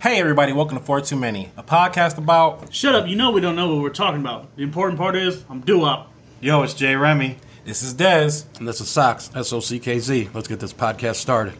Hey, everybody, welcome to Four Too Many, a podcast about. Shut up, you know we don't know what we're talking about. The important part is I'm due up. Yo, it's Jay Remy. This is Dez. And this is Socks, S O C K Z. Let's get this podcast started.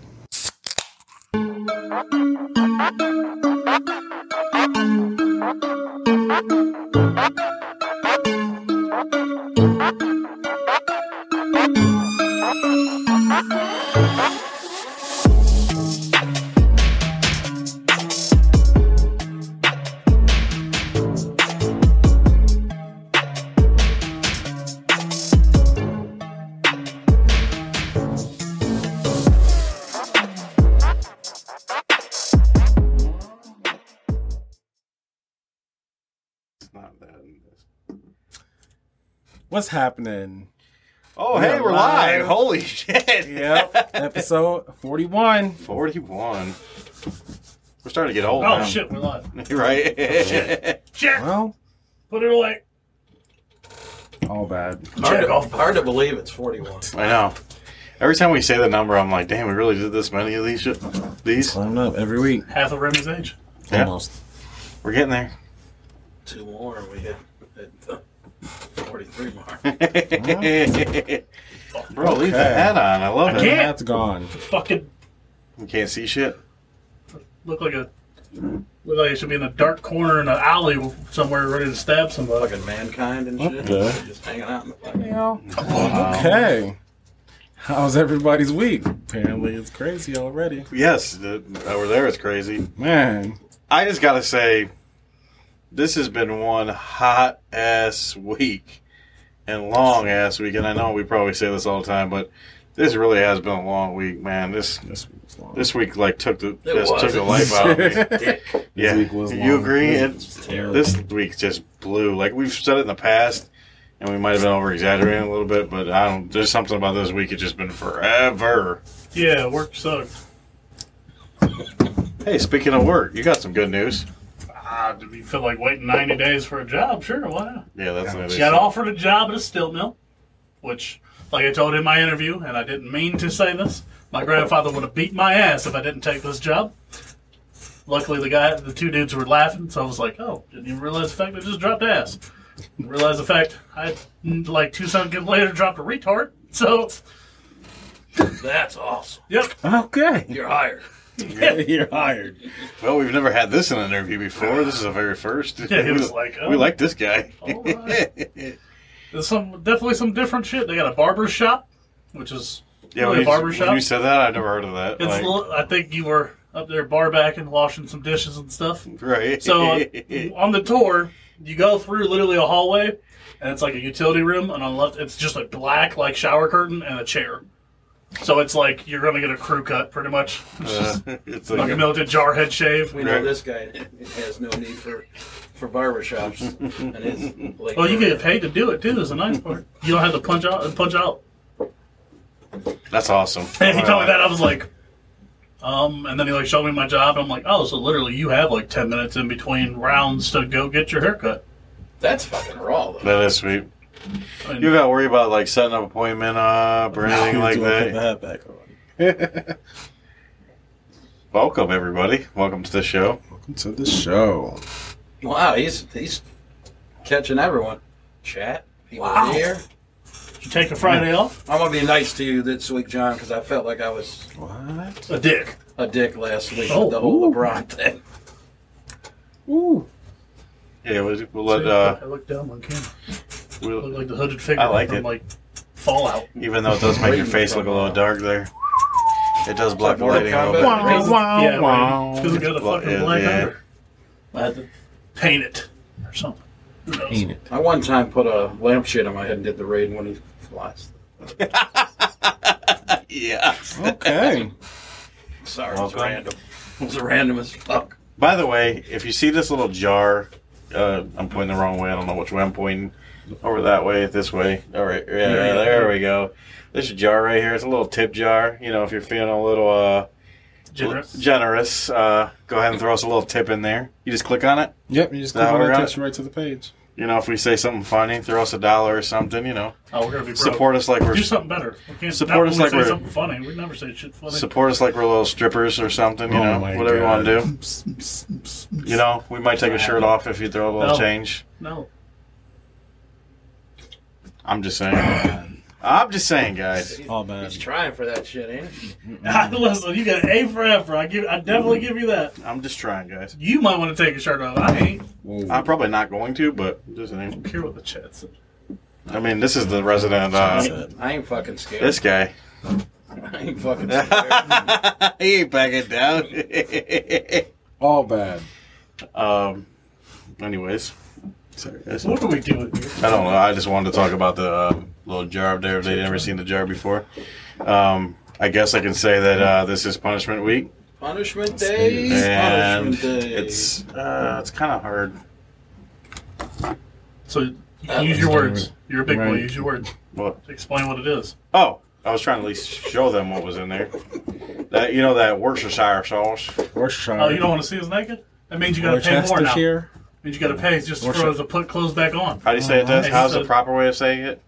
What's happening? Oh, We hey, are we're live. live. Holy shit. Yep, episode 41. 41. We're starting to get old. Oh now. shit, Oh, we're live. right? Check! Well, Put it away. all bad. Hard to, hard to believe it's 41. I know. Every time we say the number, I'm like, damn, we really did this many of these. Shit? These? Climbing up every week. Half of Remy's age. Yeah. Almost. We're getting there. Two more, and we hit, hit the 43 mark. Bro, leave the hat on. I love I it. can't. That's gone. Fucking You can't see shit. look like a look like it should be in a dark corner in an alley somewhere ready to stab somebody. Fucking mankind and shit. Okay. Just hanging out in the fucking. Okay. How's everybody's week? Apparently, it's crazy already. Yes, the, over there it's crazy. Man. I just gotta say, this has been one hot ass week and long ass week. And I know we probably say this all the time, but this really has been a long week, man. This This week was long. this week like took the It just was. took the life out of me. Dick. yeah, week was you long. agree? It It- terrible. this week just blew. Like we've said it in the past, and we might have been over exaggerating a little bit, but I don't. There's something about this week. It's just been forever. Yeah, work sucked. Hey, speaking of work, you got some good news. Ah, did you feel like waiting ninety days for a job? Sure, why not? Yeah, that's what it is. Got offered a job at a steel mill, which like I told in my interview, and I didn't mean to say this, my grandfather would have beat my ass if I didn't take this job. Luckily, the guy, the two dudes were laughing, so I was like, "Oh, didn't even realize the fact I just dropped ass." Realize the fact I, like two seconds later, dropped a retard. So, That's awesome. yep, Okay. You're hired. You're hired. Well, we've never had this in an interview before. This is the very first. Yeah, he was like, oh. we like this guy. all right. There's some definitely some different shit. They got a barber shop, which is yeah, really when a you, barber when shop. you said that, I've never heard of that. It's Like, l- I think you were up there bar backing, washing some dishes and stuff. right. So uh, on the tour, you go through literally a hallway, and it's like a utility room, and on the left, it's just a black like shower curtain and a chair. So it's like you're gonna get a crew cut pretty much, it's Uh, just it's like like a a- melted jarhead shave. We know this guy has no need for, for barbershops. And his late Well, you get paid to do it too. Is the nice part. You don't have to punch out and punch out. that's awesome. And he told me that I was like, um, and then he like showed me my job. I'm like, oh, so literally you have like ten minutes in between rounds to go get your haircut. That's fucking raw, though. That is sweet. I mean, You got to worry about like setting up appointment up or anything like Do I put the that. hat back on? Welcome everybody. Welcome to the show. Welcome to the show. Wow, he's he's catching everyone. Chat, people Wow. here. you take a Friday off, I'm gonna be nice to you this week, John, because I felt like I was What? a dick. a dick last week Oh, with the whole ooh. LeBron thing. Ooh. Yeah, we'll, we'll let uh, I looked down on camera. Look we'll, like the hooded figure I like from it. like Fallout. even though it does make your face look a little dark there, it does block the lighting a little bit. Mortal Kombat? wow, yeah, Oh, wow. Because we got a Well, fucking yeah, black yeah. under. I had to paint it or something. Who knows? Ain't it? I one time put a lampshade on my head and did the raid when he flies. Yeah. Okay. Sorry, it's Welcome. random. It was random as fuck. By the way, if you see this little jar, uh, I'm pointing the wrong way. I don't know which way I'm pointing. Over that way, this way. All right, yeah, Yeah. there we go. This jar right here, it's a little tip jar. You know, if you're feeling a little uh, Generous. generous, uh, go ahead and throw us a little tip in there. You just click on it. Yep, you just Now click on we're it on takes it. you right to the page. You know, if we say something funny, throw us a dollar or something. You know, Oh, we're gonna be broke. support us like we're Do something better. We can't Support us not when we like say we're- something funny. We never say shit funny. support us like we're little strippers or something. You Oh know, my whatever God. you want to do. You know, we might take a shirt off if you throw a little No. change. no. I'm just saying. I'm just saying, guys. He's, Oh, man. he's trying for that shit, ain't he? Listen, you got an A for effort. I give. I definitely give you that. I'm just trying, guys. You might want to take a shirt off. I ain't Whoa. I'm probably not going to, but just saying. care what the chat said. I mean, this is the resident. Uh, Said. I ain't fucking scared. this guy. I ain't fucking he scared. ain't backing down. All bad. um. Anyways, sorry guys. What are we doing here? I don't know. I just wanted to talk about the uh, little jar up there. If they'd never seen the jar before, um, I guess I can say that uh, this is punishment week, Punishment days. and punishment days. it's uh, it's kind of hard. So That use your was words. different. You're a big boy. Right. Use your words. What? Explain what it is. Oh, I was trying to at least show them what was in there. That you know that Worcestershire sauce. Worcestershire. Oh, you don't want to see us naked? That means you got to pay more now. Worcestershire. means you got to pay just Or for us to put clothes back on. How do you say it? Does Uh, how's the it's a- proper way of saying it?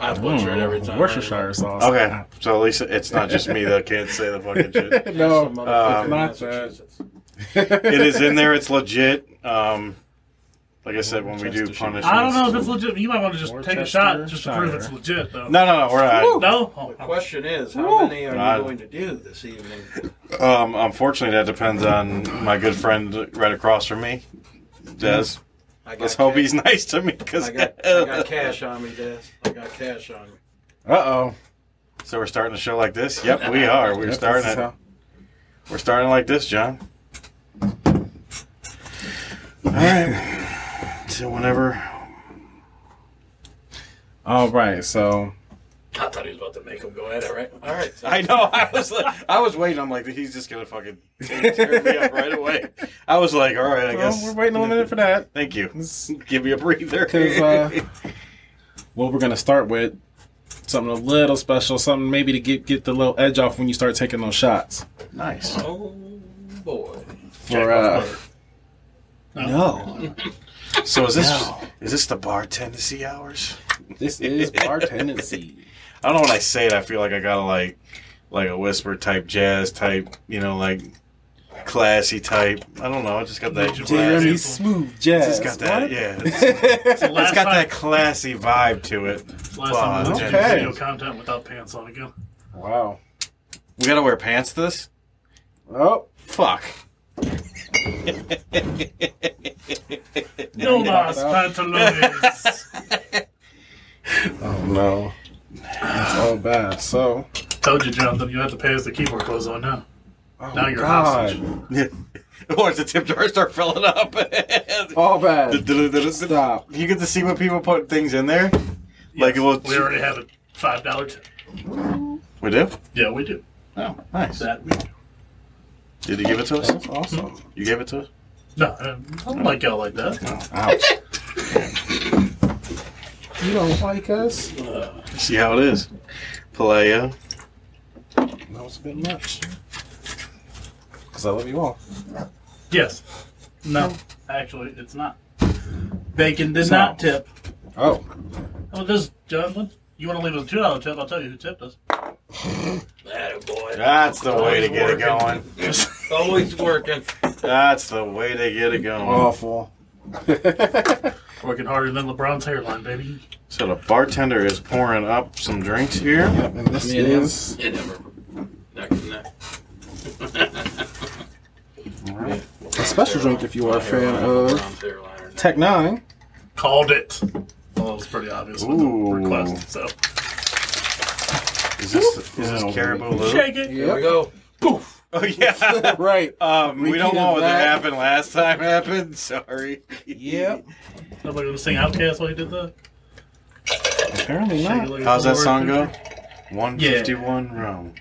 I butcher it every time. Mm. Worcestershire sauce. Okay, so at least it's not just me that can't say the fucking shit. no. Some Uh, motherfucker in not that. Massachusetts. it is in there. It's legit. Um, like I said, when we do Worcestershire. punishments. I don't know if it's legit. You might want to just take a shot just to prove it's Worcestershire. legit, though. No, no, no. We're Woo! not. No? The Oh, question is, how Woo. many are God. you going to do this evening? Um, unfortunately, that depends on my good friend right across from me, Des. I got Let's hope ca- he's nice to me, because I got, I got cash on me, Des. I got cash on me. Uh oh. so we're starting the show like this. Yep, we are. We're starting it. We're starting like this, John. All right. So whenever. All right. So I thought he was about to make him go at it, right? All right. so- I know. I was like, I was waiting. I'm like, he's just gonna fucking tear me up right away. I was like, all right, I well, guess we're waiting a minute for that. Thank you. This- Give me a breather. 'Cause, uh, Well, we're gonna start with something a little special, something maybe to get get the little edge off when you start taking those shots. nice. Oh boy. For uh, no, So is this No. is this the bar Tennessee hours? this is bar tendency. I don't know when I say it. I feel like I gotta like like a whisper type jazz type, you know, like classy type. I don't know. I just got that. Did you classy- hear Jeremy me? smooth jazz. It's got that. What? Yeah. It's, it's Last got time- that classy vibe to it. Last time I Wow, did okay. video content without pants on again. wow. We gotta wear pants to this. Oh, Fuck. No you mas knocked pantalones. oh no. It's all bad. So. Told you, Jonathan, you have to pay us to keep our clothes on now. Oh, Now you're a God. hostage. or the tip jars start filling up. All bad. Stop. You get to see when people put things in there. Like it will. we already have a five dollar tip. We do. Yeah, we do. Oh, nice. That we do. Did he give it to us? That's awesome. You gave it to us? No, I don't like y'all like that. Ouch. you don't like us? See how it is. Paleo. That was a bit much. Because I love you all. Yes. No, actually, it's not. Bacon did So- not tip. Oh. How about this, Jonathan? You want to leave us a two dollar tip? I'll tell you who tipped us. That boy. That's the way to get it going. Always working. That's the way to get it going. Awful. Working harder than LeBron's hairline, baby. So the bartender is pouring up some drinks here. Yep, and this Me and him. is. It never. Neck and neck. All right. A special drink if you are a fan of Tech Nine. Called it. Well, it was pretty obvious with the Ooh. request. So Is this is this Caribou Lou? shake it. Here we go. Oh yeah. Right. Um, we don't know what that Repeat happened last time happened. Sorry. Yep. Nobody gonna sing Outcast while you did that. Apparently Shake it not. like a How's that Lord. song go? 151 room.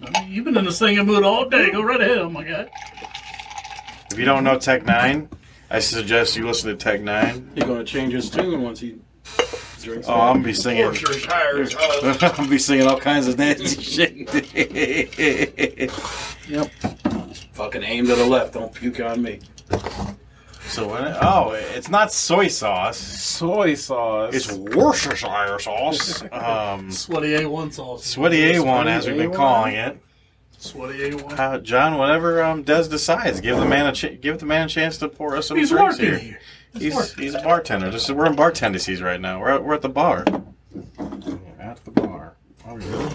I mean, you've been in the singing mood all day. Go right ahead. Oh my god. If you don't know Tech Nine, I suggest you listen to Tech Nine. He's gonna change his tune once he drinks. Oh, I'm gonna be singing. higher uh, I'm gonna be singing all kinds of nasty shit. Yep. Fucking aim to the left. Don't puke on me. So in it. Oh, it's not soy sauce. Soy sauce. It's Worcestershire sauce. Um, Sweaty A1 sauce. sweaty A1, as we've been A1. calling it. Sweaty A1. Uh, John, whatever um, Des decides, give the man a ch- give the man a chance to pour us some He's drinks working here. here. He's working. he's a bartender. This is, we're in bar tendencies right now. We're at, we're at the bar. We're at the bar. Oh, Are we really?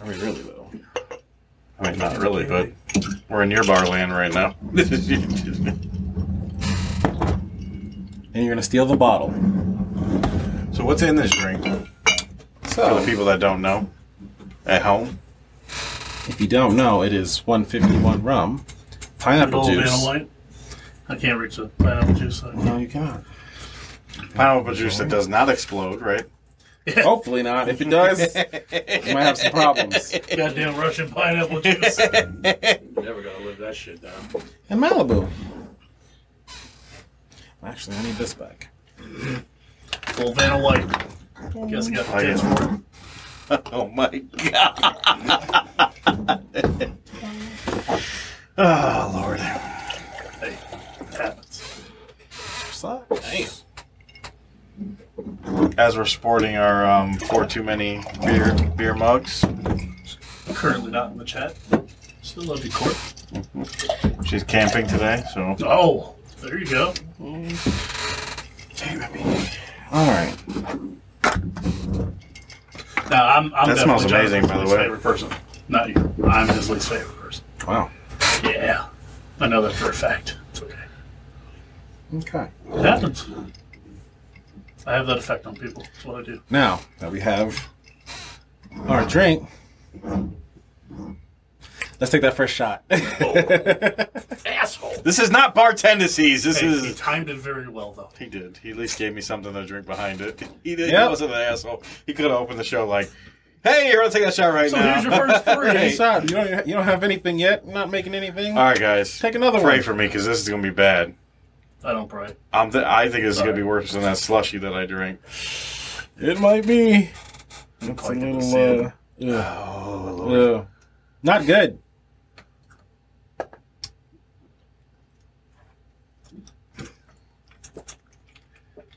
Are we really though? I mean, not really, but we're in your bar land right now. and you're gonna steal the bottle. so what's in this drink for the So people that don't know at home? if you don't know, it is 151 rum, pineapple Old man juice. White. I can't reach the pineapple juice. No, you cannot. Pineapple juice that does not explode, right? Hopefully not. If it does, we might have some problems. Goddamn Russian pineapple juice. Never gonna live that shit down. In Malibu. Actually, I need this back. Full Vanna White. Guess I got the I taste guess. for it. Oh my god! oh lord! Hey, it happens. Damn. As we're sporting our um, four too many beer beer mugs, Currently not in the chat. Still love you, Court. she's camping today, so Oh, there you go. All right. Now, I'm, I'm That smells definitely Jonathan's amazing, by the least way. favorite person. Not you. I'm his least favorite person. Wow. Yeah, I know that for a fact. It's okay. Okay. It happens. I have that effect on people. That's what I do. Now that we have our drink, let's take that first shot. Asshole. this is not bar tendencies. This Hey, he is. timed it very well, though. He did. He at least gave me something to drink behind it. He did. He Yep. wasn't an asshole. He could have opened the show like, "Hey, you're gonna take that shot right So now." here's your first Hey, three. shot. You don't. You don't have anything yet. Not making anything. All right, guys, Take another pray one. for me because this is gonna be bad. I don't pray. I'm th- I think this is gonna be worse than that slushy that I drank. It might be. It's a quite gonna little. see it. Uh, yeah. Oh yeah. Not good.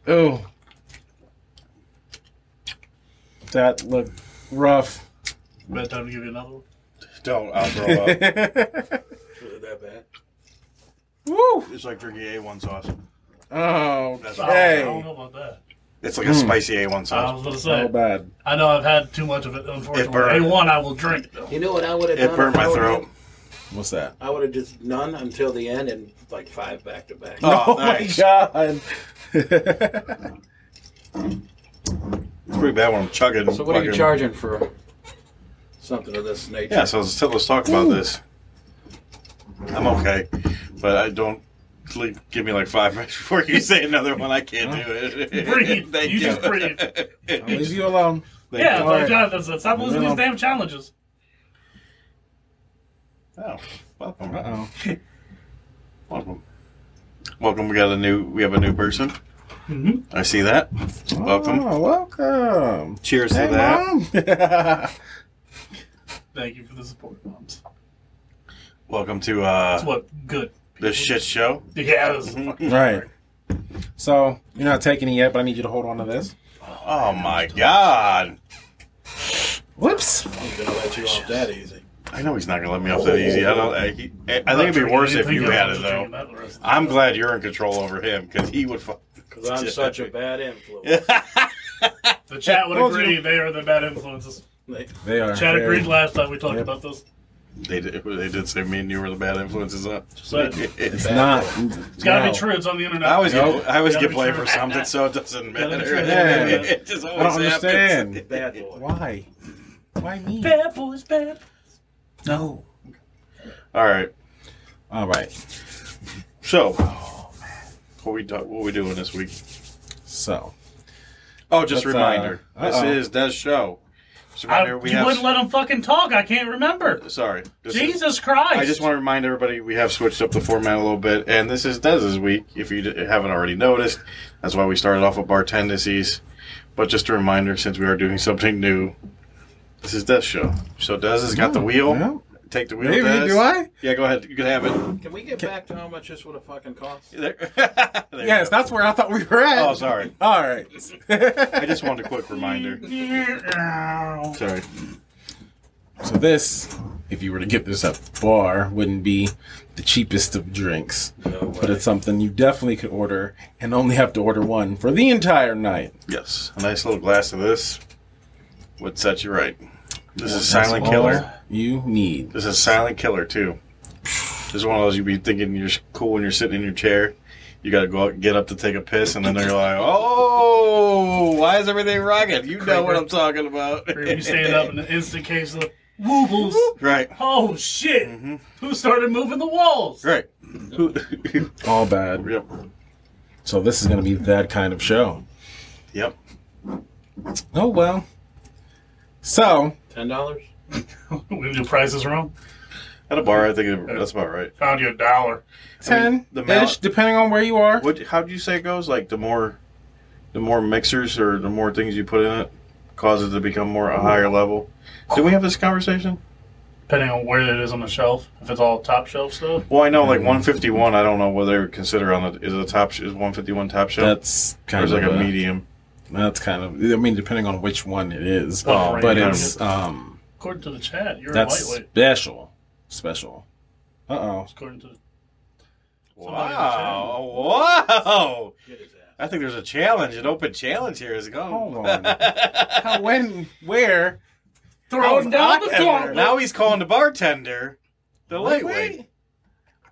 Oh. That looked rough. Bad time to give you another one. Don't. I'll throw up. Was it that bad? Woo! It's like drinking A1 sauce. That's all. Oh, I Okay. don't know about that. It's like a spicy A1 I sauce. was gonna So say. bad. I know I've had too much of it. It Unfortunately, burned. a one I will drink it, though. You know what I would have done? It burned if I my would've throat. What's that? I would have just none until the end and like five back to back. Oh, Oh, nice. my god. It's pretty bad when I'm chugging. So what are you fucking- charging for something of this nature? Yeah, so let's, let's talk about this. I'm okay, but I don't. leave- Give me like five minutes before you say another one. I can't do it. Breathe. Thank You just breathe. I'll leave you alone. Thank Yeah, you. All like right. Jonathan said, stop listening to these damn challenges. Oh, welcome. Uh oh. Welcome. Welcome. We got a new. We have a new person. Mm-hmm. Mhm. I see that. Welcome. Oh, welcome. Cheers Hey, to that. Mom. Thank you for the support, moms. Welcome to That's uh, what good. this shit show. Yeah, this is fucking right. So, you're not taking it yet, but I need you to hold on to this. Oh my god. Whoops. I'm gonna let you off that easy. I know he's not gonna let me off that easy. I don't. I, he, I I think it'd be worse if you had it though. I'm glad you're in control over him because he would. Fu- Because I'm such a bad influence. The chat would Told you. agree they are the bad influences. Like, They are. Chat very- agreed last time we talked Yep. about this. they did. They did say me and you were the bad influences. Huh? So it's It's not. It's gotta be true. It's on the internet. I always get. Nope. I always Gotta get be blamed true. for something, so it doesn't Gotta be matter. true. Yeah. It just I always don't understand. happens. bad boy. Why? Why me? bad boys, bad. No. All right. All right. So, oh, what we do, what we doing this week? So, Oh, just a Let's, uh, reminder. uh-oh. this is Des show. Just a I, reminder. you we have. wouldn't let them fucking talk. I can't remember. sorry. This is- Jesus Christ. I just want to remind everybody we have switched up the format a little bit, and this is Dez's week. If you d- haven't already noticed, that's why we started off with bar tendencies. But just a reminder, since we are doing something new, this is Dez's show. So Dez has got the wheel. Well, take the wheel. Oh, Maybe test. do I? Yeah, go ahead. You can have it. Can we get back to how much this would have fucking cost? There- there you Yes, go. that's where I thought we were at. Oh, sorry. All right. I just wanted a quick reminder. Sorry. So this, if you were to get this at the bar, wouldn't be the cheapest of drinks, No way. but it's something you definitely could order and only have to order one for the entire night. Yes, a nice little glass of this would set you right. This is That's Silent all Killer. You need. This is Silent Killer too. This is one of those you'd be thinking you're cool when you're sitting in your chair. You got to go out and get up to take a piss, and then they're like, "Oh, why is everything rocking?" You know what I'm talking about. You stand up in an instant case of woobles. right, Oh shit! Mm-hmm. Who started moving the walls? right. All bad. yep, So this is going to be that kind of show. yep. Oh, well. So, Ten dollars? We do prices wrong. At a bar, I think it- that's about right. Found you a dollar. 10 the mal- ish, depending on where you are. What? How would you say it goes? Like the more, the more mixers or the more things you put in it, causes it to become more a higher level. Did we have this conversation? Depending on where it is on the shelf, if it's all top shelf stuff, Well, I know like 151. I don't know whether they would consider on the is it a top sh- is 151 top shelf That's or kind is of it like a a- medium. That's kind of. I mean, depending on which one it is, Oh, right. but Kind of- it's um. according to the chat, you're That's a lightweight. special. Special. Uh oh. According to the Wow! Wow! Get his ass. I think there's a challenge, an open challenge here. Is going. Hold on. How, when? Where? throwing down the Ever. gauntlet. Now he's calling the bartender the lightweight. Wait.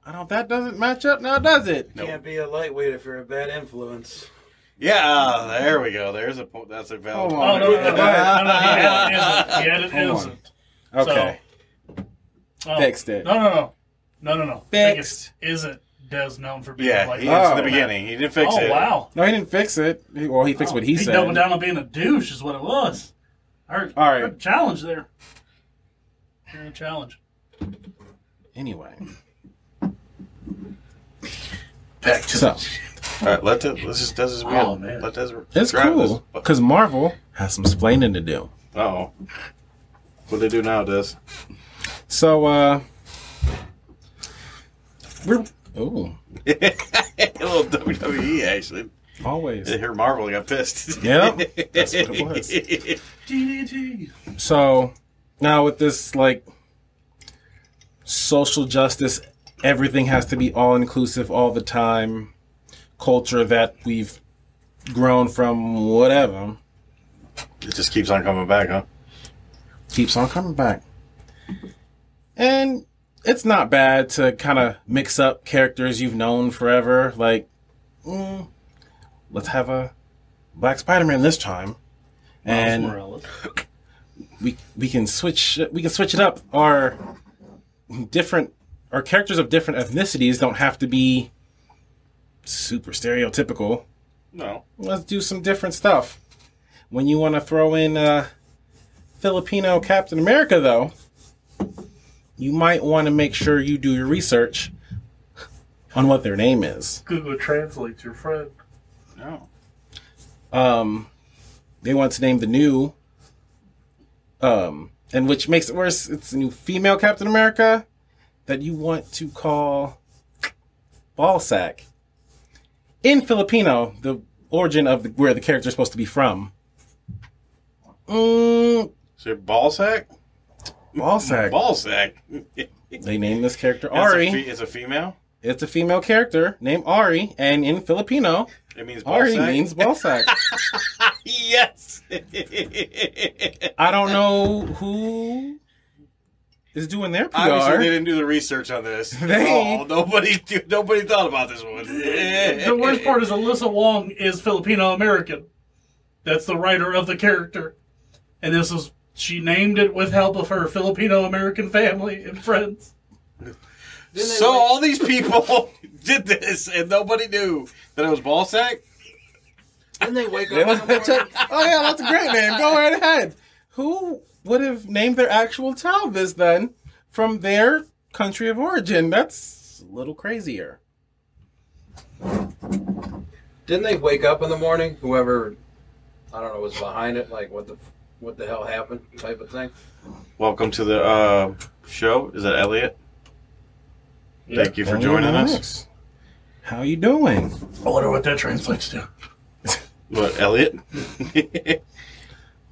I don't. That doesn't match up now, does it? No. Can't be a lightweight if you're a bad influence. Yeah, uh, there we go. There's a point. That's a valid. Hold Oh on. point. no! no, no, no, no, no, He added Hold on. innocent. Okay. Oh. Fixed it. No, no, no, no, no, no. Fixed. Biggest Isn't Des known for being Yeah, like? he is in Oh. the beginning. He didn't fix oh it. wow! No, he didn't fix it. He, well, he fixed what he, he said. doubled down on being a douche, is what it was. I heard, All right. I heard challenge there. I heard challenge. Anyway. Back to So All right, let this. Let's just does his wheel. Oh, man. Let this. it's drive cool this- because Marvel has some splaining to do. Oh, what they do now, does So uh, we're oh a little E, WWE action. always. Here, Marvel got pissed. Yep, that's what it was. DDT. So now with this like social justice, everything has to be all inclusive all the time. Culture that we've grown from, whatever, It just keeps on coming back, huh? keeps on coming back. And it's not bad to kind of mix up characters you've known forever. Like, mm, let's have a Black Spider-Man this time, and. Miles Morales. we we can switch we can switch it up. Our different our characters of different ethnicities don't have to be super stereotypical. No. Let's do some different stuff. When you want to throw in uh, Filipino Captain America, though, you might want to make sure you do your research on what their name is. Google translates your friend. No. um, they want to name the new, um, and which makes it worse. It's a new female Captain America that you want to call Ballsack. In Filipino, the origin of the, where the character is supposed to be from. Mm, Is it ball sack? Ballsack. Ball sack. they named this character It's a, Ari. fe- it's a female. It's a female character named Ari, and in Filipino, It means ball Ari sack. means Ballsack. yes. I don't know who is doing their PR. Obviously, they didn't do the research on this. They- oh, nobody, nobody thought about this one. The worst part is Alyssa Wong is Filipino American. That's the writer of the character, and this is she named it with help of her Filipino American family and friends. Didn't they So like- all these people did this, and nobody knew that it was ball sack. Didn't they wake They up must in the have morning? checked- Oh yeah, that's a great name. Go right ahead. Who would have named their actual child this then from their country of origin? That's a little crazier. Didn't they wake up in the morning? Whoever, I don't know, was behind it. Like, what the? f- what the hell happened type of thing. Welcome to the uh, show. Is that Elliot? Yeah. Thank you for joining us. How you doing? I wonder what that translates to. What, Elliot?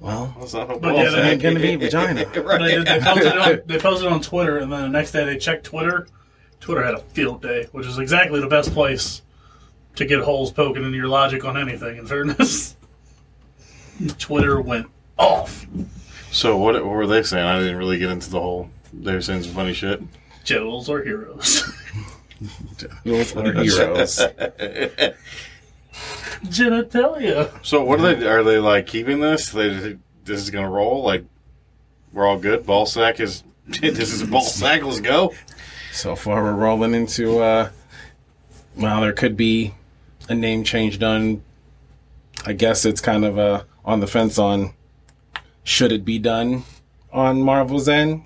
Well, That's not a But yeah, ball that ain't sack. gonna be vagina. Right. They, did- they posted it on, they posted it on Twitter, and then the next day they checked Twitter. Twitter had a field day, which is exactly the best place to get holes poking into your logic on anything. In fairness, Twitter went off. So what, what were they saying? I didn't really get into the whole. They were saying some funny shit. Generals are heroes. those are heroes. Genitalia. So what are they? Are they like keeping this? They this is gonna roll. Like we're all good. Ball sack is. this is ball sack. Let's go. So far, we're rolling into. Uh, well, there could be a name change done. I guess it's kind of uh, on the fence on should it be done on Marvel's end.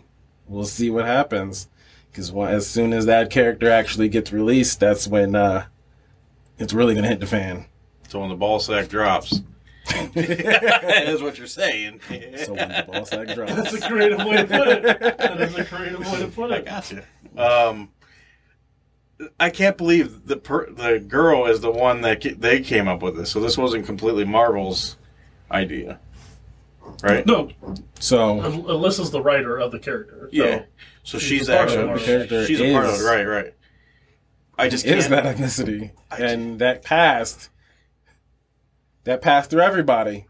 We'll see what happens because as soon as that character actually gets released, that's when uh, it's really gonna hit the fan. So when the ball sack drops, that's what you're saying. So when the ball sack That's drops, a creative way to put it. That is a creative way to put I it. gotcha. Um, I can't believe the per- the girl is the one that ca- they came up with this. So this wasn't completely Marvel's idea, right? No, so Al- Alyssa's the writer of the character. So Yeah. So she's, a part of actually Marvel. Character she's a part of is- it, right? Right. I just can't. is that ethnicity I and that passed. That passed through everybody.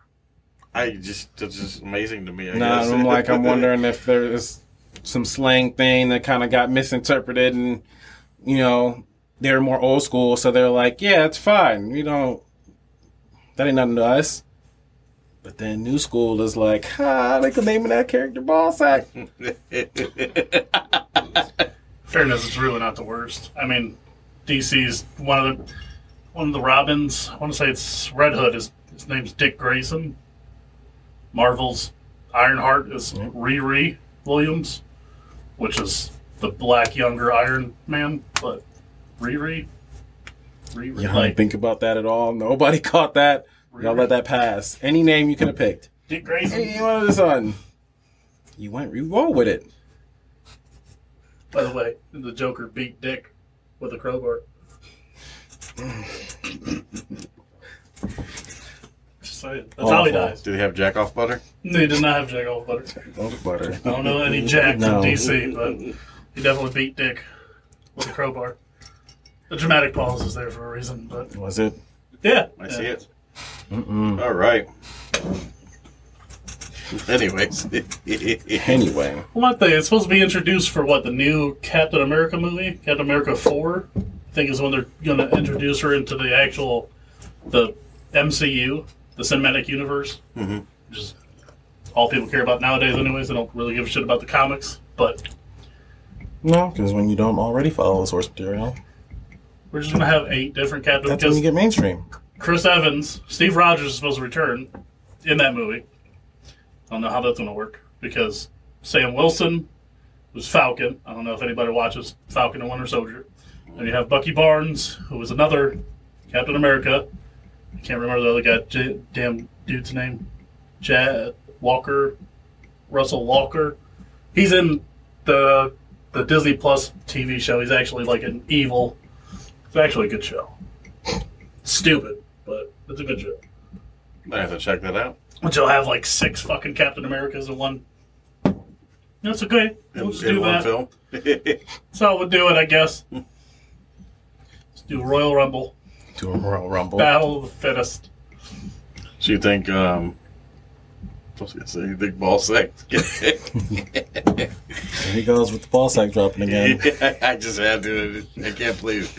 I just that's just amazing to me. I No, guess. I'm like I'm wondering if there's some slang thing that kind of got misinterpreted, and you know they're more old school, so they're like, yeah, it's fine. We don't. That ain't nothing to us. But then new school is like, ah, they could name of that character ball sack. fairness, it's really not the worst. I mean, DC's one of the one of the Robins. I want to say it's Red Hood. His his name's Dick Grayson. Marvel's Ironheart is Riri Williams, which is the black younger Iron Man. But Riri, Riri, Y'all like didn't think about that at all. Nobody caught that. Y'all let that pass. Any name you could have picked. Dick Grayson. Any one of the sun. You went you roll with it. By the way, the Joker beat Dick with a crowbar. Just saying. That's how he Awful. dies. Do they have jack off butter? No, he does not have Jack off butter. Don't butter. I don't know any Jacks No. in DC, but he definitely beat Dick with a crowbar. The dramatic pause is there for a reason, but Was it? yeah, I yeah. see it. All right. Anyways, Anyway. One thing, it's supposed to be introduced for what the new Captain America movie, Captain America Four. I think is when they're going to introduce her into the actual the MCU, the cinematic universe, mm-hmm. which is all people care about nowadays. Anyways, they don't really give a shit about the comics, but No, because when you don't already follow the source material, we're just going to have eight different Captain. that's when you get mainstream. Chris Evans, Steve Rogers is supposed to return in that movie. I don't know how that's going to work because Sam Wilson was Falcon. I don't know if anybody watches Falcon and Winter Soldier. And you have Bucky Barnes, who was another Captain America. I can't remember the other guy, J- damn dude's name. Jad Walker, Russell Walker. He's in the the Disney Plus TV show. He's actually like an evil. It's actually a good show stupid, but it's a good show. I have to check that out. But you'll have like six fucking Captain Americas in one. That's okay. We'll just in do one that. film. That's how we'll do it, I guess. Let's do Royal Rumble, Do a Royal Rumble. Battle of the Fittest. So you think? Um, I was gonna say you think ball sack? There he goes with the ball sack dropping again. I just had to. I can't believe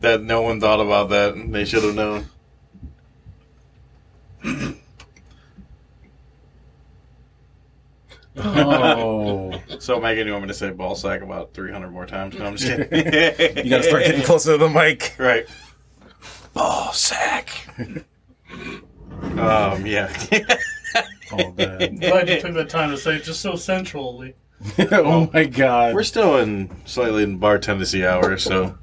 that no one thought about that. and They should have known. Oh. So Megan, you want me to say ball sack about three hundred more times? No, I'm just kidding. You gotta start getting closer to the mic. right. Ball sack. Um, yeah. Oh, God. I'm glad you took that time to say it just so centrally. oh, my God. We're still in slightly in bar Tennessee hour, so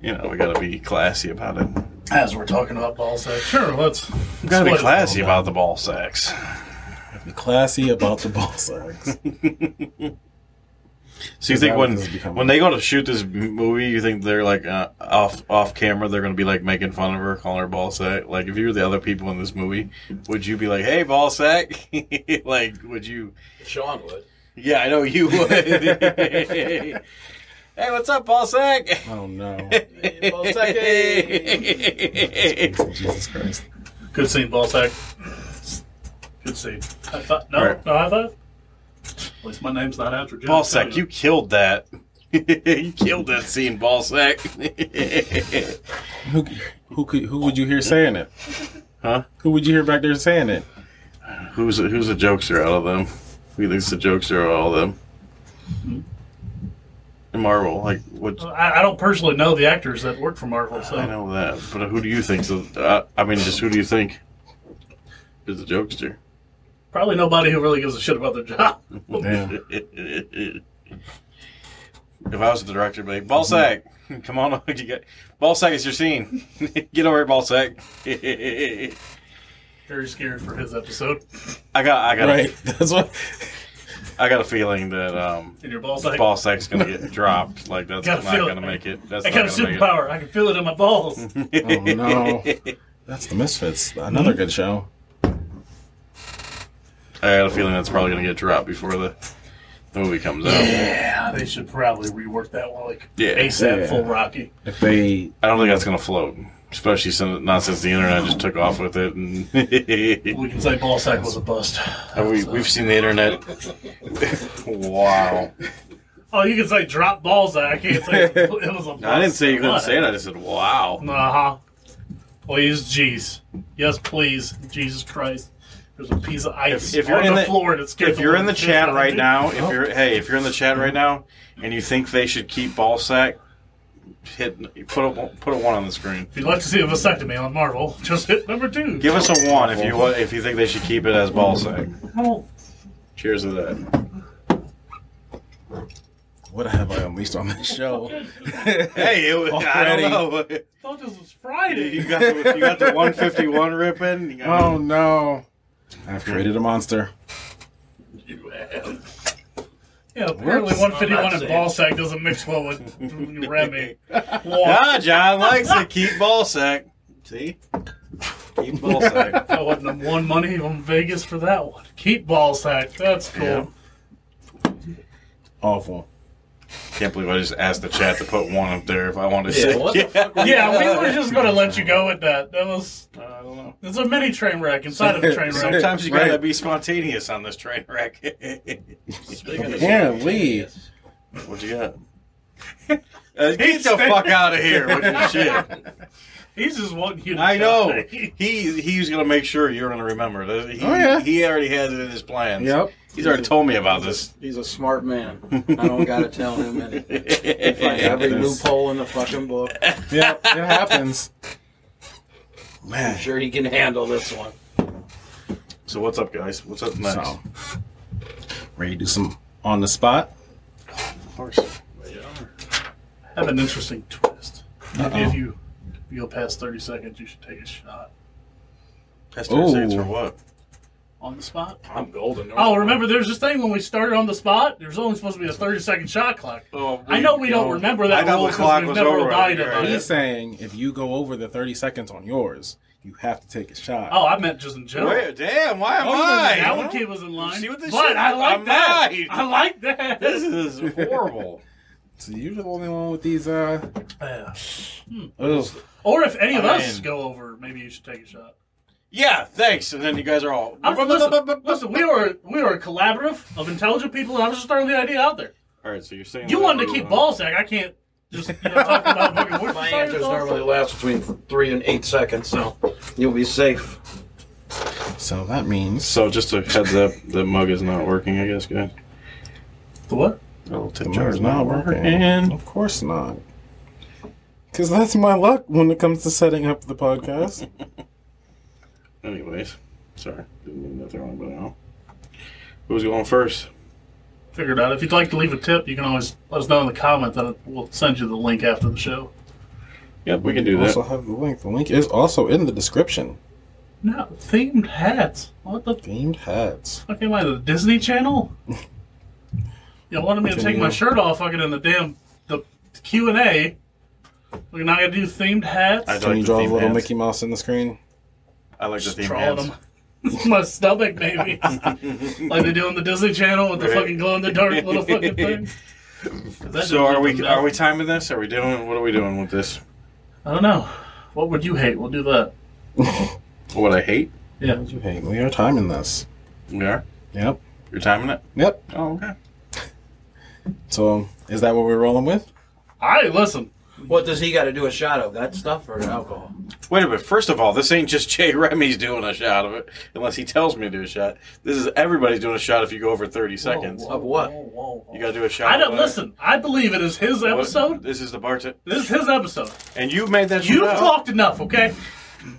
you know we gotta be classy about it. As we're talking about ball sex, sure, let's. We gotta be let's- classy about the ball sacks. Be classy about the ball sacks. So you think when Because that doesn't become- when they go to shoot this m- movie, you think they're like uh, off off camera, they're gonna be like making fun of her, calling her ball sack. Like if you were the other people in this movie, would you be like, "Hey, ball sack"? like, would you? Sean would. Yeah, I know you would. hey, what's up, ball sack? I don't know. Hey, ball sack, hey. Jesus Christ. Good scene, ball sack. Good scene. High five. No, Right. no high five. At least my name's not after Jim. ball sack, you killed that. you killed that scene, ball sack. Who, who could who would you hear saying it? Huh? Who would you hear back there saying it? who's a, who's a jokester out of them? Who thinks the jokester out of all of them? In Marvel, like what? I, I don't personally know the actors that work for Marvel, so I know that, but who do you think? So, uh, I mean, just who do you think is the jokester? probably nobody who really gives a shit about their job. Damn. if I was the director, I'd be like, ball sack, come on, you got ball sack. It's your scene. Get over here, ball sack. I Very scared for his episode. got, I got, Right. That's what. I got a feeling that um, And your ball sack. ball sack's gonna get dropped. Like that's Got a not feeling. gonna make it. That's I not got a gonna make it. superpower. I can feel it in my balls. Oh no. That's the Misfits. Another good show. I got a feeling that's probably gonna get dropped before the, the movie comes out. yeah, they should probably rework that one like Yeah. ASAP Yeah. full Rocky. If they I don't think that's gonna float, especially since not since the internet just took off with it, and we, We can say ball sack was a bust. we've seen the internet. wow! Oh, you can say drop balls. I can't say it was a bust. I didn't say you couldn't say it. I just said wow. Uh huh. Please, jeez. Yes, please. Jesus Christ. There's a piece of ice If- if you're on in the, the- floor and it's If you're in the chat right now, if you're hey, if you're in the chat right now, and you think they should keep ball sack, hit put a put a one on the screen. If you'd like to see a vasectomy on Marvel, just hit number two. Give us a one if you wa- if you think they should keep it as ball sack. Oh, Cheers to that. what have I unleashed on this show? Hey, it was, I Already. don't know. I thought Oh, this was Friday. You got the, you got the 151 ripping. You got- Oh no. I've created a monster. You have. Yeah, apparently Whoops. 151 and That's ball sack doesn't mix well with Remy. Whoa, Ah, John likes it. Keep ball sack. See? Keep ball sack. I wouldn't have won money on Vegas for that one. Keep ball sack. That's cool. Yeah. Awful. Can't believe I just asked the chat to put one up there if I wanted to Yeah, say. what the fuck were you Yeah, doing? we were just going to let you go with that. That was. I don't know. It's a mini train wreck inside of a train wreck. Sometimes you Right. gotta be spontaneous on this train wreck. Speaking of Yeah, spontaneous, Lee. what you got? Uh, get the fuck out of here with your shit. He's just wanting you to I know. die. He he's gonna make sure you're gonna remember. it. He, Oh, yeah. he already has it in his plans. Yep. He's already told me about this. He's a smart man. I don't gotta tell him anything. Find every Yes. loophole in the fucking book. Yep. It happens. I'm Man. sure he can handle this one. So what's up, guys? What's up next? So ready to do some on the spot? Of course. have an interesting twist. Maybe Uh-oh. if you if you go past thirty seconds, you should take a shot That's Thursdays Ooh. for what? on the spot. I'm golden. Oh, remember, there's this thing when we started on the spot. There's only supposed to be a thirty second shot clock. Oh. I know Oh, we don't remember that I thought rule the because clock we've was never over abided already, by right? He's it. saying if you go over the 30 seconds on yours, you have to take a shot. Oh, I meant just in general. Wait, damn, why am Oh, I? that one kid was in line. see what this but shit- I like I'm that. right. I like that. This is horrible. So you're the only one with these. Uh, Yeah. ugh. Or if any of I us mean- go over, maybe you should take a shot. yeah, thanks. And then you guys are all. I'm, listen, listen, we are we are a collaborative of intelligent people, and I was just throwing the idea out there. All right, so you're saying You that wanted to keep uh, ball sack. I can't just you know, talk about fucking work. My answers normally last between three and eight seconds, so you'll be safe. So that means So just a heads up, the mug is not working. I guess, guys. What? The little tip the jar mirror's is not working. Of course not. Because that's my luck when it comes to setting up the podcast. Anyways, sorry, didn't mean nothing wrong, but now. Who's going first? Figured out. If you'd like to leave a tip, you can always let us know in the comments, and we'll send you the link after the show. Yep, we can do also that. have the link. The link is also in the description. No, themed hats. What the Themed hats. fuck am I, the Disney Channel? Y'all wanted me to take my shirt off fucking in the damn the Q and A. We're not gonna do themed hats. I don't- Can like you the draw a themed little hats. Mickey Mouse on the screen? I like Just the theme drawing hats. them. my stomach, maybe. like they do on the Disney Channel with the Right. fucking glow in the dark little fucking thing. 'Cause that doesn't So are we look are we enough. timing this? Are we doing what are we doing with this? I don't know. What would you hate? We'll do that. What I hate? Yeah. You hate. We are timing this. We are. Yep. You're timing it. Yep. Oh okay. So is that what we're rolling with? I listen. What does he got to do a shot of that stuff or alcohol? Wait a minute. First of all, this ain't just Jay Remy's doing a shot of it, unless he tells me to do a shot. This is everybody's doing a shot if you go over thirty seconds. Of what? You gotta do a shot. I don't of it. listen. I believe it is his What- episode. This is the bartender, This is his episode. and you made that. You've shit up. talked enough, okay?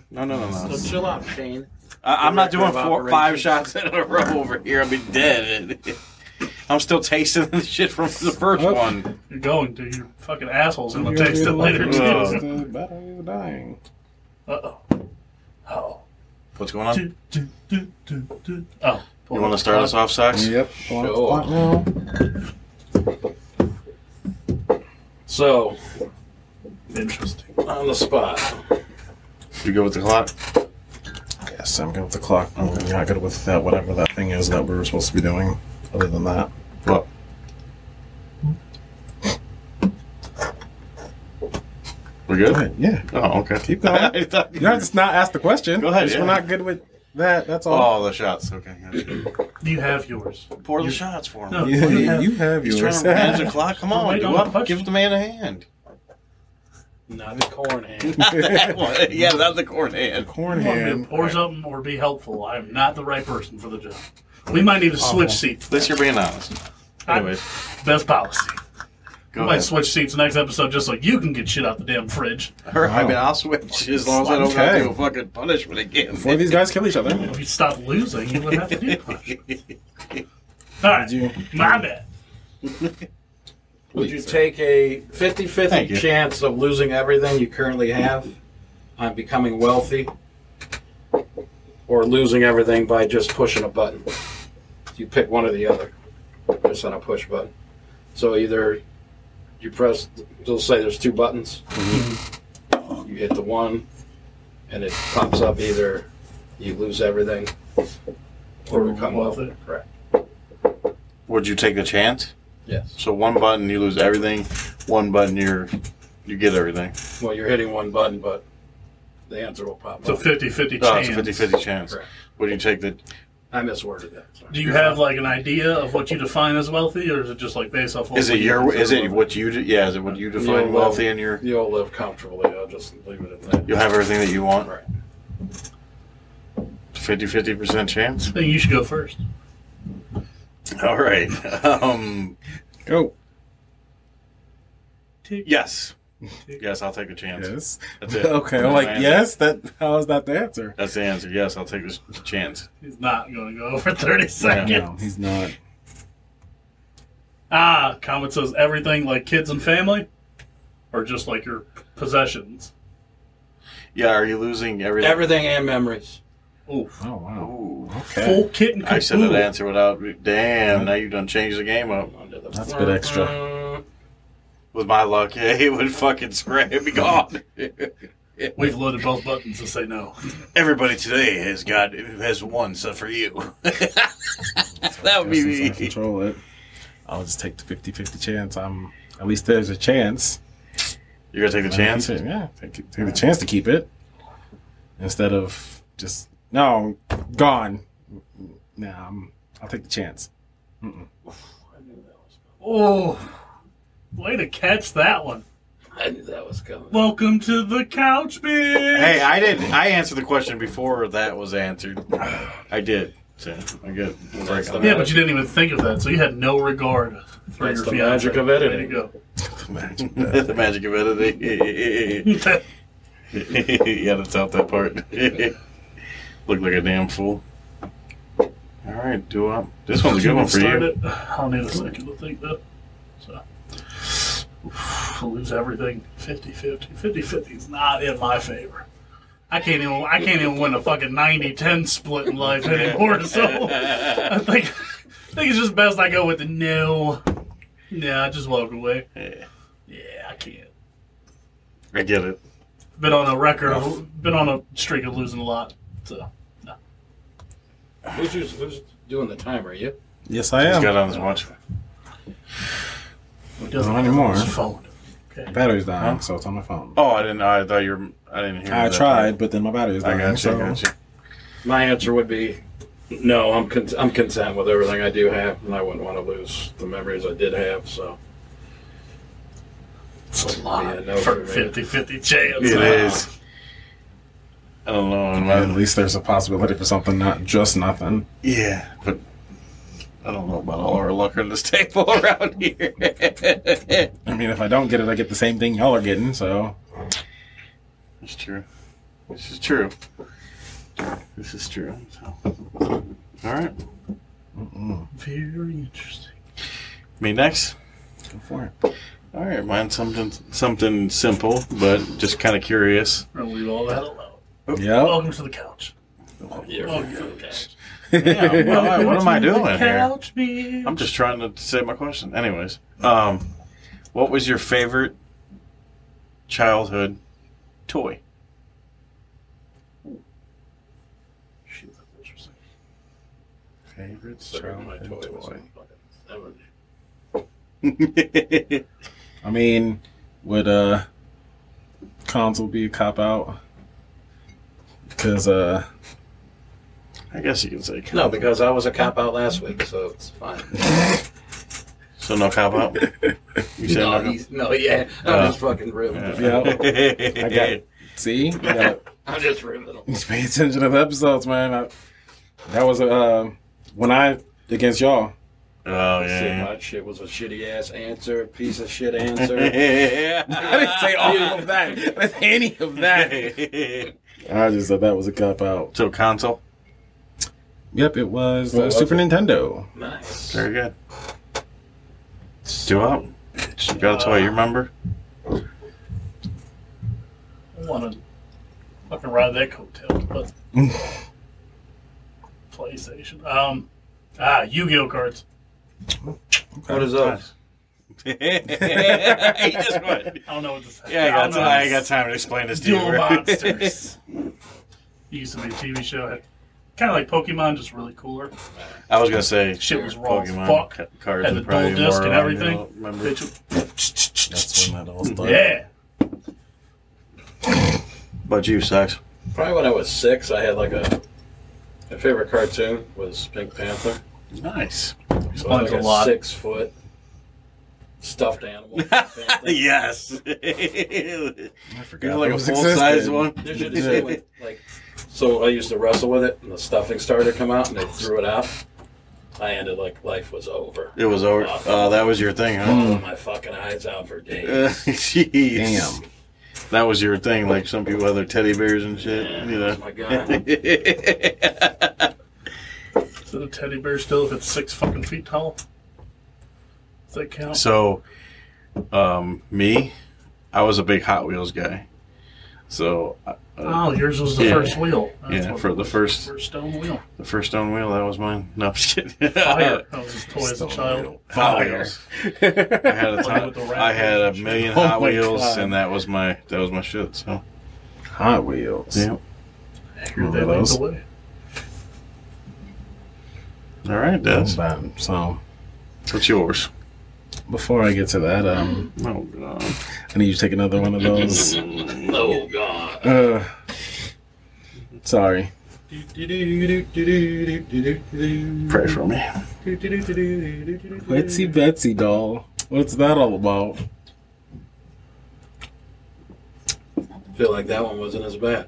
No, no, no, no. So chill out, Shane. I, I'm not Director doing of four, five Operations. shots in a row over here. I'll be dead. I'm still tasting the shit from the first Oh. one. You're going to. You fucking assholes. I'm You're going to text it the later, luckiest Oh. too. bastard, better you're dying. Uh-oh. Oh. What's going on? Do, do, do, do, do. Oh. You want to start us off, Sox? Yep. Sure. What now? So Interesting. on the spot. You go with the clock. Yes, I'm good with the clock. I'm not good with that, whatever that thing is that we were supposed to be doing. Other than that, What? We're go good. ahead. Yeah, Oh, okay. keep going. I thought you you don't were- have to not ask the question. Go ahead, Just yeah. We're not good with that. That's all. Oh, the shots. Okay. gotcha. You have yours. Pour the shots for him. No. you, you have- you have He's trying yours. to manage the clock. Come on, Wait on do the up. question. Give the man a hand. Not his corn hand. Not that one. Yeah, not the corn hand. Corn You want me to hand. pour something or be helpful? I am not the right person for the job. We might need to switch seats. This you're being honest. Anyways, Best policy. we go might ahead. switch seats next episode just so you can get shit out the damn fridge. Her- I mean, I'll switch as long as I don't Okay. have to do a fucking punishment again. Before these guys kill each other. If you stopped losing, you wouldn't have to do much. All right. You- My bad. Would you take a 50 Thank 50 you. chance of losing everything you currently have on becoming wealthy or losing everything by just pushing a button? You pick one or the other, just on a push button. So either you press, they'll say there's two buttons. Mm-hmm. You hit the one, and it pops up either you lose everything or become wealthy. Correct. Would you take the chance? Yes. So one button, you lose everything. One button, you're you get everything. Well, you're hitting one button, but the answer will pop It's a up. 50 50 Oh, chance. it's a 50-50 chance. Correct. Would you take the? I misworded that. sorry. Do you have like an idea of what you define as wealthy, or is it just like based off? what Is it we- your? Is it what you? do- Yeah, is it what you define You'll wealthy live- and your? You'll live comfortably. I'll just leave it at that. You'll have everything that you want. Right. 50-50 percent chance. I think you should go first. All right. Um, Go. yes. Yes, I'll take the chance. Yes. That's it. Okay. I'm That's like, my answer. yes. That how is that the answer? That's the answer. Yes, I'll take this chance. He's not going to go over thirty seconds. No, he's not. Ah, comment says everything like kids and family, or just like your possessions. Yeah, are you losing everything? Everything and memories. Ooh, Oh wow. Ooh. Okay. full kit and caboodle. I said an answer without. Damn, now you done changed the game up. Under the- That's a bit extra. With my luck, yeah, he would fucking scram be gone. We've loaded both buttons to say no. Everybody today has got has won, except for you. that Guess would be since I me. control it. I'll just take the 50-50 chance. I'm at least there's a chance. You're gonna take the chance. Take it, Yeah, take, it- take the chance to keep it instead of just no gone. Nah, I'm, I'll take the chance. Oh, way to catch that one. I knew that was coming. Welcome to the couch, bitch. Hey, I did. I answered the question before that was answered. I did. So I good. We'll break on the- Yeah, but you didn't even think of that, so you had no regard for That's your the fiance. magic of Way to editing. go. that. the magic of editing. yeah, that's out that part. Look like a damn fool. All right, do up. This one's a good one for Start you. it. I'll need a second to think though. So Oof, lose everything 50 50. 50 50 is not in my favor. I can't even I can't even win a fucking 90-10 split in life anymore. So I think I think it's just best I go with the no. Yeah, I just walk away. Yeah. Yeah, I can't. I get it. Been on a record, been on a streak of losing a lot. So Who's, who's, who's doing the timer? You? Yes, I He's am. got on his watch. it doesn't Not anymore. His phone. Okay. Battery's dying, so it's on my phone. Oh, I didn't. I thought you were. I didn't hear. I that. tried, but then my battery's I dying. got you. so- I got you. My answer would be no. I'm con- I'm content with everything I do have, and I wouldn't want to lose the memories I did have. So It's a lot Yeah, no, for man. 50-50 chance. It Uh, is. I don't know. At man. least there's a possibility for something, not just nothing. Yeah, but I don't know about all our luck on this table around here. I mean, if I don't get it, I get the same thing y'all are getting. So it's true. This is true. This is true. So. All right. Very interesting. Me next. go for it. All right, mine something something simple, but just kind of curious. We're gonna leave all that alone. Yep. Welcome to the couch. Oh, Welcome to the couch. Yeah, well, what am I doing here? Couch, bitch. I'm just trying to say my question. Anyways, um, what was your favorite childhood toy? Shit, that's interesting. Favorite Sorry, my toy was in my pocket. toy. I mean, would uh, console be a cop out? Because uh, I guess you can say cop. No, because I was a cop out last week, so it's fine. So no cop out. You said No, no. he's, no, yeah, Uh, I'm just fucking ribbing. yeah, I got Yeah. it. See, you gotta I'm just ribbing. him. pay attention to the episodes, man. I, that was uh, when I against y'all. Oh Shit, yeah. my shit was a shitty ass answer, piece of shit answer. I didn't yeah. say all of that. I didn't say any of that. I just thought that was a cop out. so console. Yep, it was the What was Super it? Nintendo. nice. Very good. Do up. You got a toy. You remember? I want to fucking ride that coattail, but PlayStation. Um, ah, Yu-Gi-Oh cards. What is up? he just went. I don't know what this. Yeah, I got, don't know time. I this. got time to explain this to you. Duel Monsters. used to be a TV show. Kind of like Pokemon, just really cooler. I was gonna say Shit was raw as Pokemon fuck. ca- cards Had were the dual probably disc more and on, everything. you know, remember? That's Bitch. when that all started. Yeah. But you sucks. Probably when I was six, I had like a. My favorite cartoon was Pink Panther. Nice. So I Explains was a like a, lot. six foot stuffed animal. Pink Panther. yes. you I forgot. know, like a those full size existed. one. There's your decision, like, so I used to wrestle with it, and the stuffing started to come out, and they threw it out. I ended like life was over. It was over. Uh, that was your thing, huh? Bawling my fucking eyes out for Mm. Uh, days. Jeez. Damn. That was your thing, like some people have their teddy bears and shit. You know. Oh my god. Is it a teddy bear still if it's six fucking feet tall? Does that count? so, um, me, I was a big Hot Wheels guy. So uh, Oh, yours was the Yeah. first wheel. Yeah, what for it the was, first- first stone wheel. the first stone wheel that was mine. No, I'm just kidding. Fire. That was his toy as a Stone child. Wheel. Hot Wheels. I had Like a with ton, the I had a wrappers and million shit. Oh Hot my Wheels, God. and that was my that was my shit. So Hot Wheels. Here they lead the way. All right, Des. Um, So What's yours? before I get to that, um, Oh God. I need you to take another one of those. Oh god. Uh, sorry. Pray for me. Betsy Betsy doll. What's that all about? feel like that one wasn't as bad.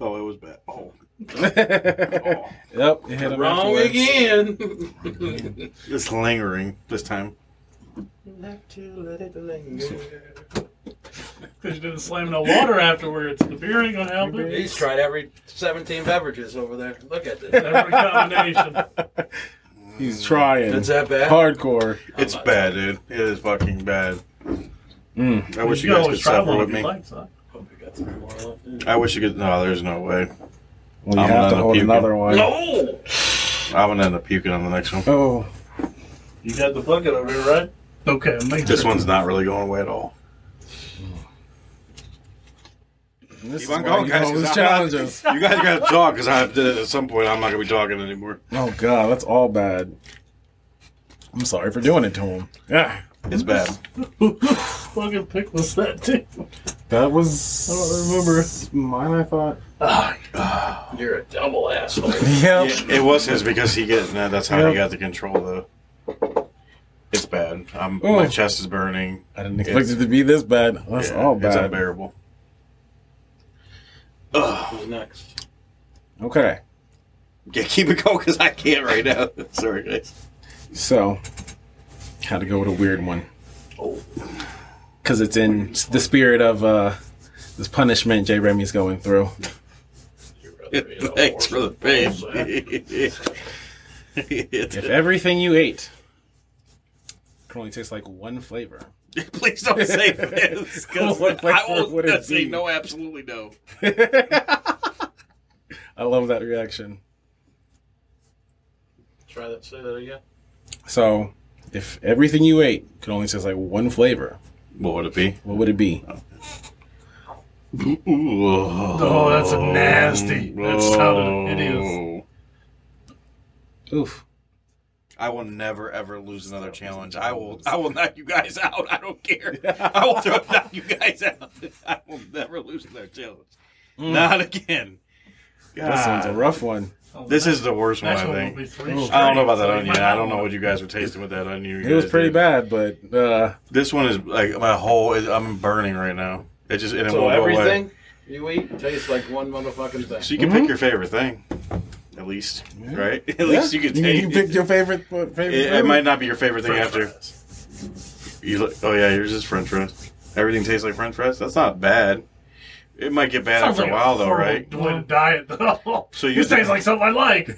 Oh, it was bad. Oh. yep, you hit him Wrong afterwards. again. It's lingering this time. Because you didn't slam no water afterwards. The beer ain't gonna help it. He's tried every 17 beverages over there. Look at this. Every combination. He's trying. It's that bad. Hardcore. It's bad, dude. It is fucking bad. Mm. I wish you can guys always could try suffer one with if you me. like, son. Hope you got three more left. in. I wish you could. No, there's no way. Well, you I'm have to not hold puking. another one. No! I'm gonna end up puking on the next one. Oh, You got the bucket over here, right? Okay, I'm making This sure. one's not really going away at all. this Keep is on why going, you guys, don't 'cause lose I'm not- challenges. You guys gotta talk because at some point I'm not gonna be talking anymore. Oh god, that's all bad. I'm sorry for doing it to him. Yeah, It's bad. fucking pick was that too? that was. I don't remember. Mine, I thought. Ah, You're a double asshole. Yep. Yeah, it was his because he get. No, that's how Yeah. he got the control though. It's bad. I'm, Ooh. my chest is burning. I didn't expect it to be this bad. That's Yeah, all It's bad. unbearable. Ugh. Who's next? Okay, Yeah, keep it going because I can't right now. Sorry, guys. so had to go with a weird one Oh, because it's in the spirit of uh, this punishment Jay Remy's going through. you're Thanks for the pain. If everything you ate could only taste like one flavor, Please don't say this. 'cause What I flavor will would it say be? no, absolutely no. I love that reaction. Try that. Say that again. So, if everything you ate could only taste like one flavor, What would it be? what would it be? Oh, that's nasty. That Oh. sounded hideous. Oof. I will never ever lose another challenge. I will. I will knock you guys out. I don't care. I will throw, knock you guys out. I will never lose another challenge. Not again. Mm. This one's a God. rough one. This is the worst one. next I one will think. be three. Ooh. straight. I don't know about that So you onion. might I not don't know want what you guys were tasting with that onion. you It was guys pretty did. bad, but uh, This one is like my whole. Is, I'm burning right now. It just and it So won't go away. everything you eat tastes like one motherfucking thing. So you can pick your favorite thing, at least, right? At least you can Mm-hmm. yeah, take. you pick your favorite what, favorite. it, it flavor. might not be your favorite thing French after. fries. You look, oh yeah, yours is French fries. Everything tastes like French fries. That's not bad. It might get bad Sounds after like a while though, horrible right? Way to diet though. So So you- you tastes like something I like.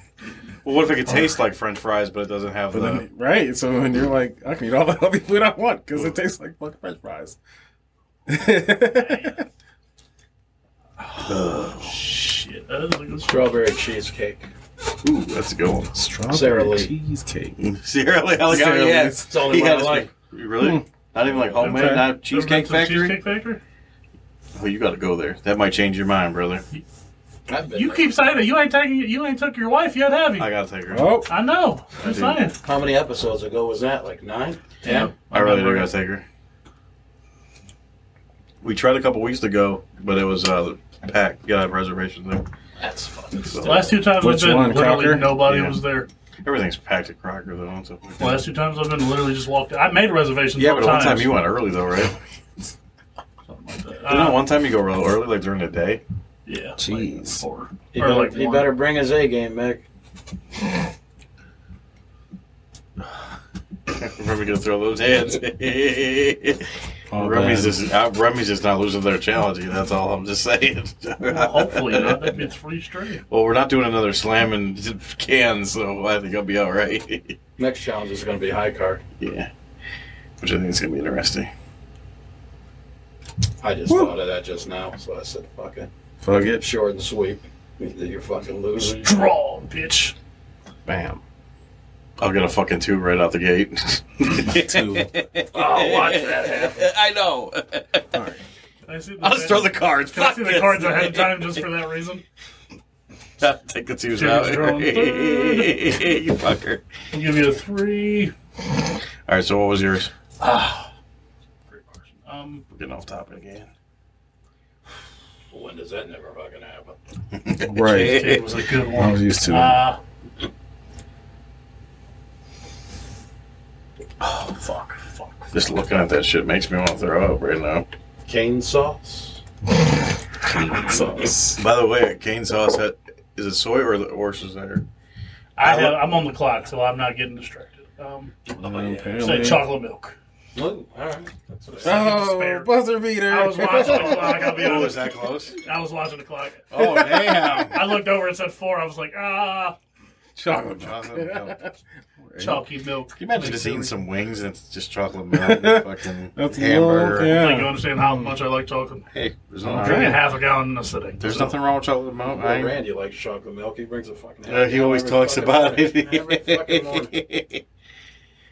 Well, what if it could taste like French fries, but it doesn't have But the? then- right, so when you're like, I can eat all the healthy food I want because it tastes like fucking French fries. Shit, that is a good straw. Strawberry cheesecake. Ooh, that's a good one. Strawberry Sierra Lee. cheesecake. Seriously, I like, oh, Sierra yeah, Leone's- It's the only He one had I his- like. Really? Not even like homemade, Okay. not cheesecake Ever been to the factory. Cheesecake Factory? Oh, you got to go there. That might change your mind, brother. I've been You there. keep saying that you ain't taking you ain't took your wife yet, have you? I gotta take her. Oh, I know. I'm do. saying. How many episodes ago was that? Like nine? Ten? I really do gotta take her. We tried a couple weeks ago, but it was uh, packed. You gotta have reservations there. That's fucking So- The last two times Which I've been, one, literally Crocker? nobody Yeah. was there. Everything's packed at Crocker though. and stuff like The that. last two times I've been, literally just walked. I made reservations. Yeah, both but one time times. you went early though, right? Uh, no, one time you go real early, like during the day. Yeah. Jeez. Four. He Or better, like he one. better bring his A game, Mick. Remember to throw those hands. all Remy's bad. just uh, Remy's just not losing their challenge. That's all I'm just saying. Well, hopefully not. That'd be three straight. Well, we're not doing another slam and can, so I think I'll be all right. Next challenge is going to be high card. yeah, which I think is gonna be interesting. I just Woo. thought of that just now, so I said, fuck it. Fuck it. Short and sweep. You're fucking losing. Draw, bitch. Bam. I'll get a fucking tube right out the gate. Two. Oh, watch that happen. I All know. right. Can I see the I'll just throw the cards. Can I Fuck see the this. cards ahead of time just for that reason? Take the twos Dude's out. drawing third. you fucker. I'll give you a three. All right. So what was yours? Great question. Um, We're getting off topic again. When does that never fucking happen? Right. it was a good I was one. used to it. Uh, oh, fuck, fuck. Just looking at that shit makes me want to throw up right now. Cane sauce? sauce. By the way, cane sauce had, is it soy or the horse is there? I I have, love- I'm on the clock, so I'm not getting distracted. Um, say Apparently. chocolate milk. Ooh, all right. That's what I said. Oh, buzzer beater. I was watching the clock. I'll be Oh, honest. is that close? I was watching the clock. Oh damn! I looked over and said four. I was like, ah. Chocolate Chocolate milk. Can milk. Chalky milk. you imagine just eating some wings and it's just chocolate milk and fucking That's a hamburger? little- I yeah. think you understand how much I like chocolate. Hey, there's, I'm no, drinking half a gallon in a sitting. there's So, nothing wrong with chocolate milk. I Well, ain't- Randy likes chocolate milk. He brings a fucking. Uh, he always every talks fucking about morning. Every fucking morning. it.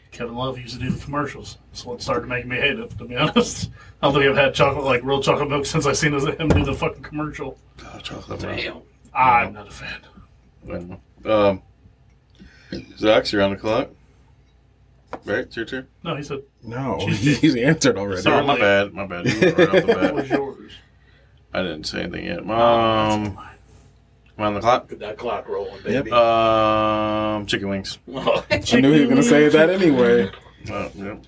Kevin Love used to do the commercials. So it started making me hate it, to be honest. I don't think I've had chocolate, like real chocolate milk, since I've seen him do the fucking commercial. oh, chocolate milk. Damn. I'm not a fan. Um, Zach's around the clock. Right, it's your turn. No, he said, No, Cheesecake. he's answered already. Sorry, my Apparently- bad. My bad. You were right off the What bat. was yours? I didn't say anything yet. Um, am I on the clock? Get that clock rolling, baby. Um, chicken wings. I knew he was going to say that anyway. Oh, yep.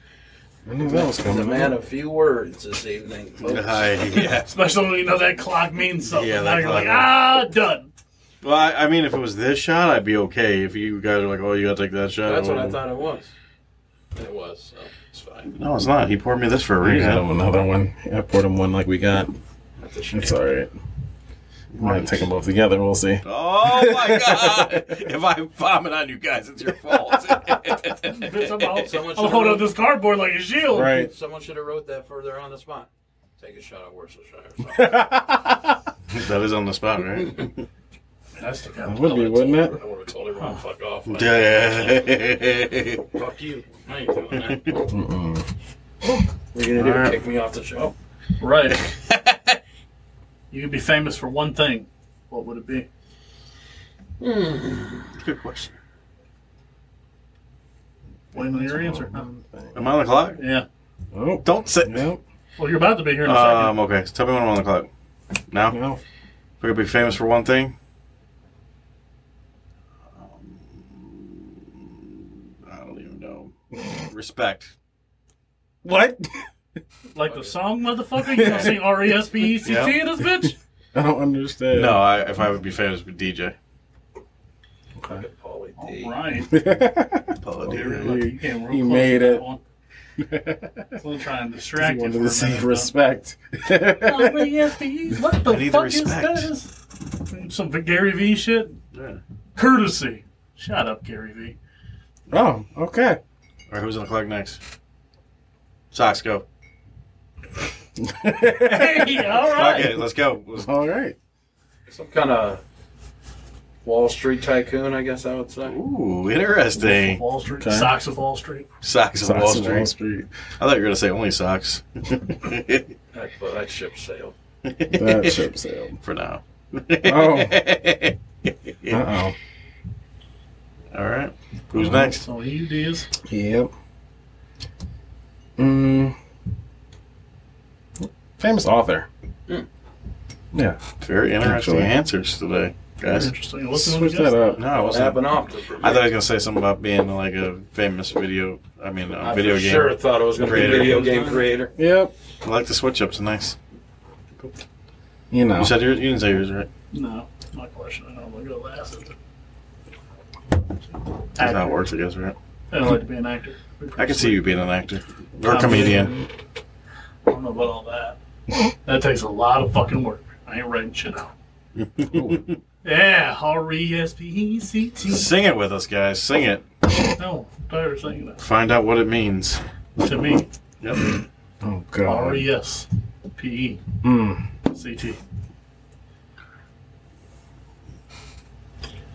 I knew that was He's a coming. man of few words this evening. folks. Hi, yeah. especially when you know that clock means something. Yeah, now that you're like, clock. ah, done. Well, I, I mean, if it was this shot, I'd be okay. If you guys are like, "Oh, you gotta take that shot," That's what I wouldn't- thought it was. And it was. So it's fine. No, it's not. He poured me this for a reason. Yeah, another one. I poured him one like we got. That's a shame. It's all right. Might take them both together. We'll see. Oh my god! if I vomit on you guys, it's your fault. Bitch, I'm out. Someone I'll should've hold up wrote- this cardboard like a shield. Right. Someone should have wrote that further on the spot. Take a shot at Worcestershire. that is on the spot, right? That's the It kind would be, wouldn't I it? would have told everyone, fuck off. Yeah. Fuck you. I ain't doing that. Mm-mm. What are you gonna do? Alright. Kick me off the show? Right. you could be famous for one thing. What would it be? Good question. Wait a minute, your answer. huh? Am I on the clock? Yeah. Oh, Don't sit. no, Well, you're about to be here in a second. Um. Okay. So tell me when I'm on the clock. Now, if no. I could be famous for one thing. Um, I don't even know. Respect. What? Like the song, motherfucker? You gonna sing R E S P E C T in this bitch? I don't understand. No, I, if I would be famous with DJ. Okay. Paulie D. All right. Paula You came real He close made to that it. one. I'm gonna try and distract you. wanted for a to say minute, E respect. though. R.E.S.P.E.s? What the I need the fuck respect. is that? Some Gary V shit? Yeah. Courtesy. Shut up, Gary V. oh, okay. All right, who's on the clock next? Socks, go. Hey, all Fuck right. it, let's go. Let's- All right. Some kind of Wall Street tycoon, I guess I would say. Ooh, interesting. Wall Street. Okay. Socks of Wall Street. Socks on Wall Socks on Street. I thought you were going to say only socks. That, but that ship sailed. That ship sailed. For now. Oh. Uh oh. All right. Who's next? So you is. Yep. Mm. Famous author. Mm. Yeah. Very interesting Actually. answers today, guys. Interesting. Let's Listen switch that up. No, I What wasn't. happened off? I thought I was going to say something about being like a famous video, I mean, a I video for game. sure thought it was going to be creator. video game creator. Yep. I like the switch ups. Nice. You know. You said yours, you didn't say yours, right? No, my question. I don't want to go last. is it? That's how it Actor. works, I guess, right? I don't like to be an actor. I can see you being an actor or Comedy. a comedian. I don't know about all that. that takes a lot of fucking work. I ain't writing shit out. Yeah, R E S P E C T. Sing it with us, guys. Sing it. No, I'm tired of saying that. Find out what it means. To me, Yep. oh R god. E S P Mm. E C T.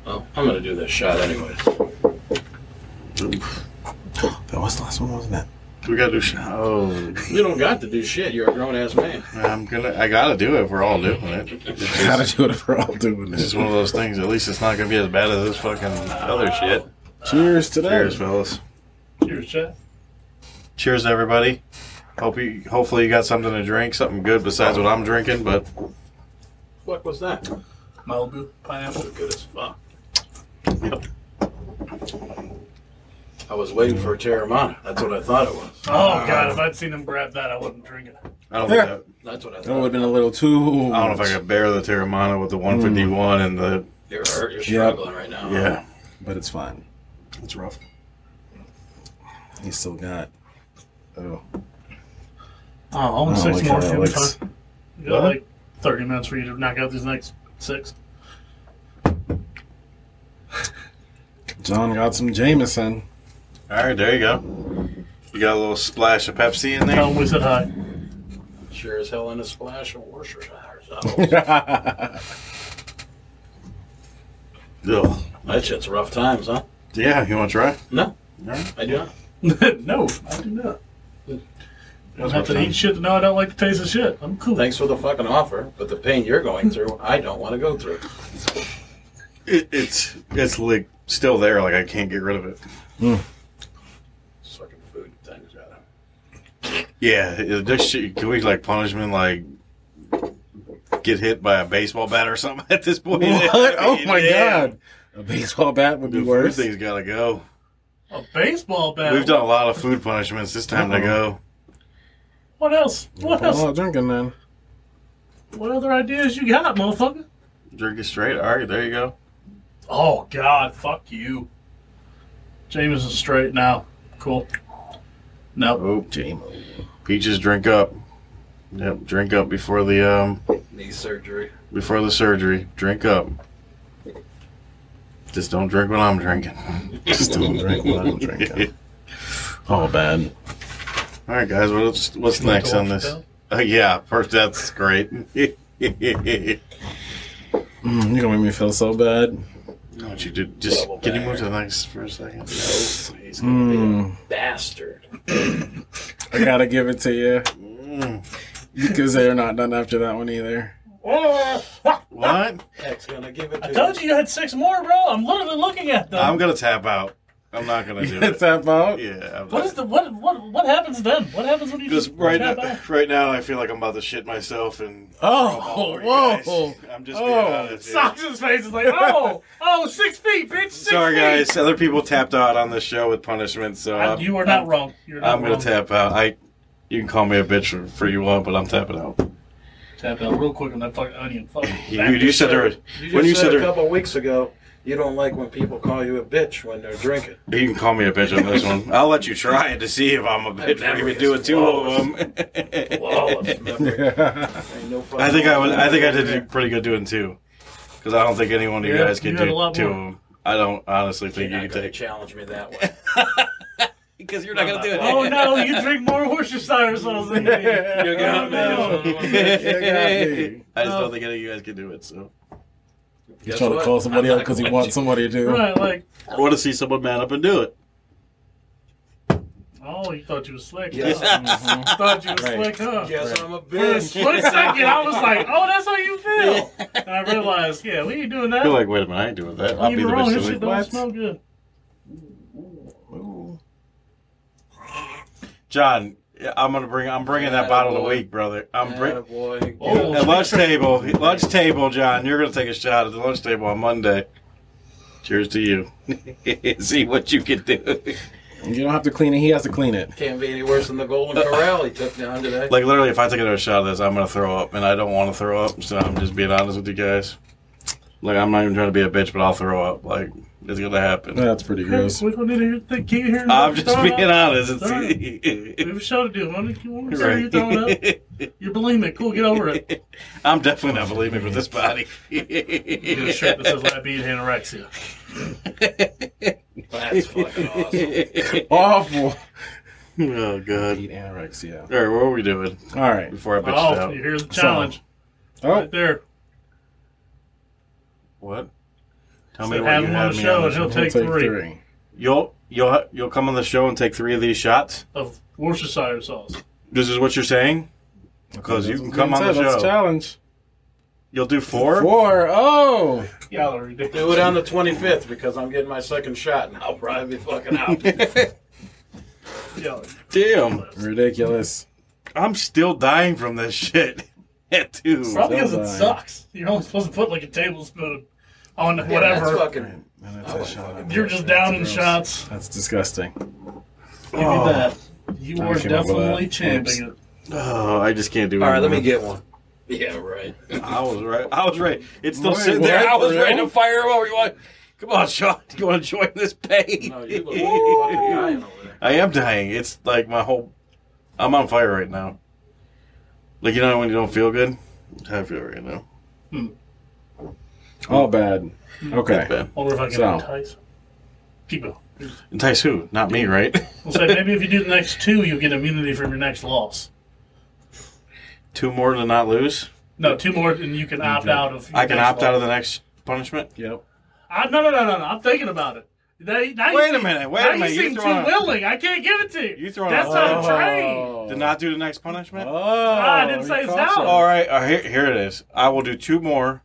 Oh, I'm going to do this shot anyways. That was the last one, wasn't it? We gotta do shot. Oh, You don't got to do shit. You're a grown ass man. I'm gonna. I gotta do it. We're all doing it. It's Gotta just, do it for all doing it's just this. one of those things. At least it's not gonna be as bad as this fucking other shit. Cheers to that. Cheers, fellas. Cheers, chat. Cheers, everybody. Hope you. Hopefully, you got something to drink, something good besides what I'm drinking. But What was that? Malibu pineapple. Good as fuck. Yep. I was waiting for a Terramana. That's what I thought it was. Oh god, if I'd seen him grab that, I wouldn't drink it. I don't. Think I, That's what I That would thought. have been a little too. I don't know if I could bear the Terramana with the 151 and the. You're hurt. You're struggling right now. Yeah, But it's fine. it's rough. You still got. Oh. Oh, only I don't six like more. how that Give me looks. time. You got What? like 30 minutes for you to knock out these next six. John got some Jameson. All right, there you go. You got a little splash of Pepsi in Tell there. him we said hi. Sure as hell in a splash of washer. Ugh. that shit's rough times, huh? Yeah, you want to try? No, No. I do not. no, I do not. I don't have to eat shit to know I don't like the taste of shit. I'm cool. Thanks for the fucking offer, but the pain you're going through, I don't want to go through. It, it's it's like still there. Like I can't get rid of it. Sucking food things out of. Yeah, it- this shit, can we like punishment like get hit by a baseball bat or something at this point? What? Oh my Yeah. god. A baseball bat would be The food worse. thing's gotta go. A baseball bat. We've done a lot of food punishments. This time to go. What else? What Oh, else? drinking then. What other ideas you got, motherfucker? Drink it straight. All right, there you go. Oh God, fuck you. James is straight now. Cool. No, Oh, Jamo. peaches, drink up. Yep, drink up before the um Knee surgery. before the surgery. Drink up. Just don't drink when I'm drinking. Just don't drink what I'm drinking. All bad. All right, guys. What's what's next on this? Uh, yeah, first that's great. Don't Mm, you're gonna make me feel so bad. you do, just Double can you back. move to the next for a second? He's Hmm. gonna be Mm, a bastard. I gotta give it to you Mm. because they're not done after that one either. What? Heck's gonna give it to I Oh, told you you had six more, bro. I'm literally looking at them. I'm gonna tap out. I'm not gonna do It's it. that fault. Yeah. I'm What is the what what what happens then? What happens when you Because just right tap now, out? right now, I feel like I'm about to shit myself and. Oh, I'm all over you whoa. guys. I'm just being Oh, honest. yeah. Sox's face is like, oh, oh, six feet, bitch. Six Sorry, feet. guys. Other people tapped out on this show with punishment, so I- I'm, you are not I'm, wrong. You're not I'm gonna wrong. tap out. I. You can call me a bitch for, for you want, but I'm tapping out. Tap out real quick on that fucking onion. Fuck. You, you said there. was- You just When you said, said a there, couple weeks ago, you don't like when people call you a bitch when they're drinking. You can call me a bitch on this one. I'll let you try it to see if I'm a bitch. That Maybe memory do is it two of flawless. them. Flawless memory. Ain't no fucking I think I would. I think I did pretty good doing two, because I don't think anyone of you Yeah, guys could you had do a lot two of more. them. I don't honestly You're think you not could gonna take. challenge me that way. Because you're not gonna do it. Oh no, you drink more Worcestershire sauce than me. You got Oh, me. I just don't think any of you guys can do it. So He's trying to call somebody out because he wants somebody to. Right, like, I want to see someone man up and do it. oh, you thought you was slick. Yes. Huh? Mhm. You thought you was Right. slick, huh? Guess I'm a For a bitch. split second, I was like, oh, that's how you feel. And I realized, yeah, we ain't doing I that. feel like, wait a minute, I ain't doing that. I'll Leave be it the alone, bitch This to shit it. don't What? smell good. Ooh. John, I'm gonna bring. I'm bringing that Attaboy. bottle of week, brother. I'm bringing. boy. Oh. At lunch table, lunch table, John, you're going to take a shot at the lunch table on Monday. Cheers to you. See what you can do. You don't have to clean it. He has to clean it. Can't be any worse than the Golden Corral he took down today. Like literally, if I take another shot of this, I'm going to throw up, and I don't want to throw up. So I'm just being honest with you guys. Like I'm not even trying to be a bitch, but I'll throw up. Like it's going to happen. That's pretty gross. We don't need to hear the key here. I'm just Throwing up. being honest. We It's have a show to do. Why don't you want to say you're throwing up? right. You're bulimic. Cool, get over it. I'm definitely not believing with this body. You get a shirt that says "Diabetes and anorexia." That's fucking awesome. Awful. oh god. Eat anorexia. All right, what are we doing All right. before I bitch it Oh, out? here's the challenge Oh, right there. What? Tell Said me what have you him on had the me show on the and he'll show. take three. You'll you'll ha- you'll come on the show and take three of these shots. of Worcestershire sauce. This is what you're saying. Because you That's can what come Glenn on the said, That's a show. challenge. You'll do four. Four. Oh. Y'all are ridiculous. Do it on the 25th because I'm getting my second shot and I'll probably be fucking out. Y'all are- Damn, Ridiculous. I'm still dying from this shit. At two. Probably because it Sounds like- sucks. You're only supposed to put like a tablespoon on That's whatever. fucking. Man, that's a Oh, shot. fucking- You're just That's down in gross. shots. That's disgusting. Give me that. You I came are up with definitely that. champing it. Oh, I just can't do it. All right, let me anymore. get one. Yeah, right. I was right. I was right. It's still Wait, sitting there. what? I was ready Really? to fire him over. You want? Come on, Sean. You want to join this page? No, you look like you're fucking dying over there. I am dying. It's like my whole. I'm on fire right now. Like you know when you don't feel good. That's how I feel right now. All bad. Okay. Bad. Wonder if I can So. entice. people. Entice who? Not me, right? We'll say maybe if you do the next two, you get immunity from your next loss. Two more to not lose. No, two more, and you can opt out of. your I can next opt out of loss. the next punishment. Yep. I, no, no, no, no, no. I'm thinking about it. Now you- now you Wait a seem- minute, wait now a minute, You you seem too throwing- willing. I can't give it to you. You throwing That's a- not a trade. To not do the next punishment. Oh, Ah, I didn't say it's caught down. you. All right, all right, here, here it is. I will do two more.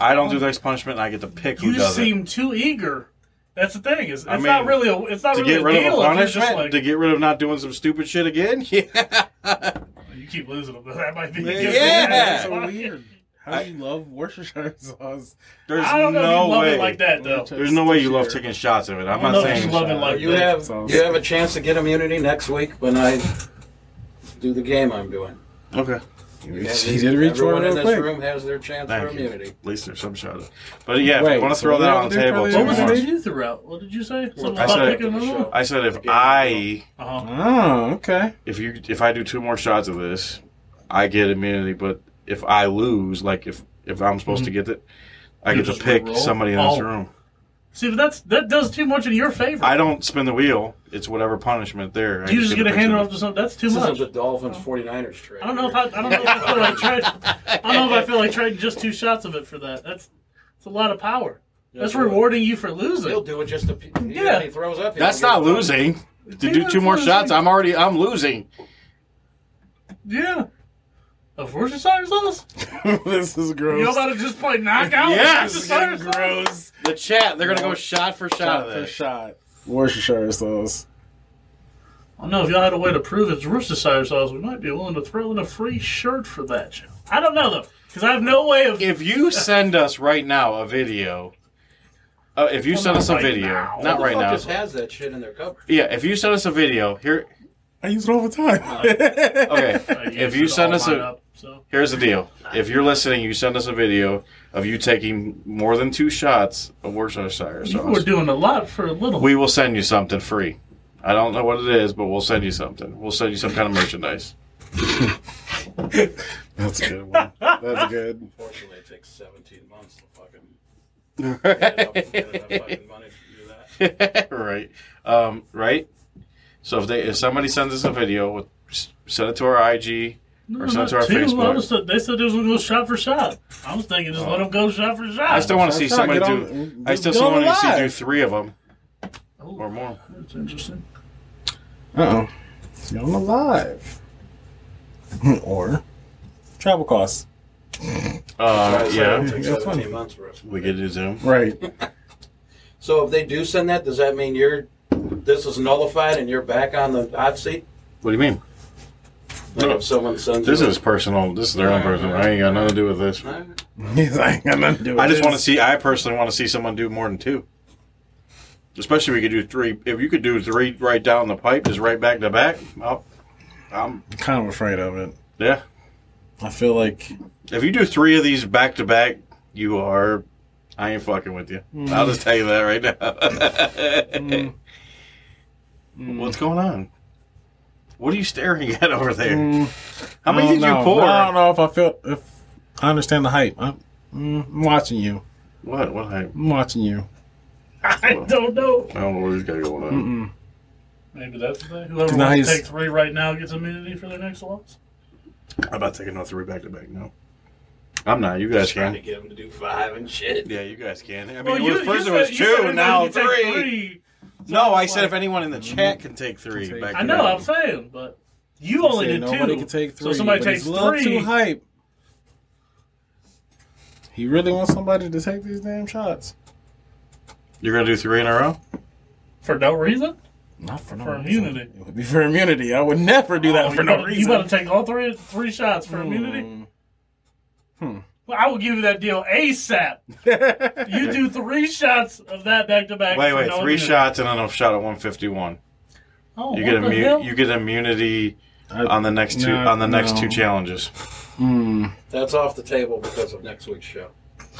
I don't do the next punishment. and I get to pick who You does seem too eager. That's the thing. Is it's I not mean, really a. It's it. not To really get a rid of deal. a if you're just punishment, like, to get rid of not doing some stupid shit again. Yeah, "Oh, you keep losing them. That might be. Yeah. good. That's Yeah. so weird. How do you love Worcestershire sauce? there's I don't know if no you love way. it like that though. There's no way you love Sure. taking shots of it. I'm I not don't know if saying you love it like You that. have Sounds- you have a chance to get immunity next week when I do the game I'm doing. okay. She did reach for Everyone it real in this quick. room has their chance for Thank you. immunity. At least there's some shot. of it. But yeah, if Wait, you want to so throw what do that I on the do for table, the two What was Yeah. it more. that you threw out? What did you say? Something I about said- picking another one? I said if I Uh-huh. Oh, okay. if you if I do two more shots of this, I get immunity. But if I lose, like if if I'm supposed to get Mm-hmm. it, I You get just to pick re-roll? somebody in this Oh. room. See, but that's that does too much in your favor. I don't spin the wheel. It's whatever punishment there. I you just get a to pick hand somebody. off to something. That's too This much. is the Dolphins 49ers trade. I don't know if I, I don't know if I feel like trading. I don't know if I feel like trading just two shots of it for that. That's it's a lot of power. That's rewarding you for He'll losing. do it just to. P- Yeah. yeah, he throws up. he That's don't not give a fuck. losing. To Yeah, do two more it's shots, losing. I'm already I'm losing. Yeah. Of Worcestershire sauce? this is gross. You know about to just play knockout? Yes. With Worcestershire sauce? gross. The chat, they're gonna go shot for shot, Shot of for that. shot. Worcestershire sauce. I don't know if y'all had a way to prove it's Worcestershire sauce. We might be willing to throw in a free shirt for that. Joe. I don't know though, because I have no way of. If you send us right now a video, uh, if you Well, send not us a right video, now. not Who the right fuck now. Just has that shit in their cupboard. Yeah, if you send us a video, here I use it all the time. okay. I guess if you it's send all us a lined up, so. Here's the deal. If you're listening, you send us a video of you taking more than two shots of Worcestershire you were sauce. doing a lot for a little. We will send you something free. I don't know what it is, but we'll send you something. We'll send you some kind of merchandise. That's a good one. That's good. Fortunately, it takes 17 months to fucking. get it up and get enough fucking money to do that. right. Um, right? So if they if somebody sends us a video, we'll s- send it to our IG or send it to our Two, I Facebook. Uh-huh. was, they said they was gonna go shot for shot. I was thinking just let them go shot for shot. I still want to see Shot, somebody get on- do. I get still on want to see do live. three of them Oh, or more. That's interesting. Uh oh. It's going alive. or travel costs. Uh, So yeah, it takes Yeah, 17 fun. months for us. we could do Zoom. Right. So if they do send that, does that mean you're this is nullified and you're back on the hot seat? What do you mean? Like No. if someone sends This you- is personal. This is their own personal. I ain't got nothing to do with this. All right. He's like, I'm not doing I just this. want to see. I personally want to see someone do more than two. Especially if we could do three. If you could do three right down the pipe, just right back to back. I'll, I'm I'm kind of afraid of it. yeah. I feel like If you do three of these back to back, you are. I ain't fucking with you. Mm. I'll just tell you that right now. Mm. What's going on? What are you staring at over there? Mm, How many Mm. I did don't know. you pour? I don't know if I feel if I understand the hype. I'm, mm, I'm watching you. What? What? I, I I'm watching you. I don't know. don't know what he's got going on. Mm-mm. Maybe that's the thing. Whoever Nice. wants to take three right now gets immunity for their next loss. I'm about taking no three back to back. No, I'm not. You guys trying to can. get them to do five and shit. Yeah, you guys can. I mean, Well, it you- was, you first said- it was you said two, if now you take three. three. No, I Why? said if anyone in the chat can take three Can take back. I to know. back. I'm saying, but you only Say did nobody two. can take three. so somebody but takes he's a little three. Too hype. He really wants somebody to take these damn shots. You're gonna do three in a row. for no reason. Not for, no For reason. immunity. It would be for immunity. I would never do that Oh, for you no better- reason. You better take all three three shots for Hmm. immunity. Well, I will give you that deal ASAP. Mm. You do three shots of that back to back. Wait, for wait, no three immunity. shots and then a shot at 151. Oh, You what get the hell? immu- You get immunity I- mm. on the next two no, on the next no. two challenges. Mm. Um, That's off the table because of next week's show.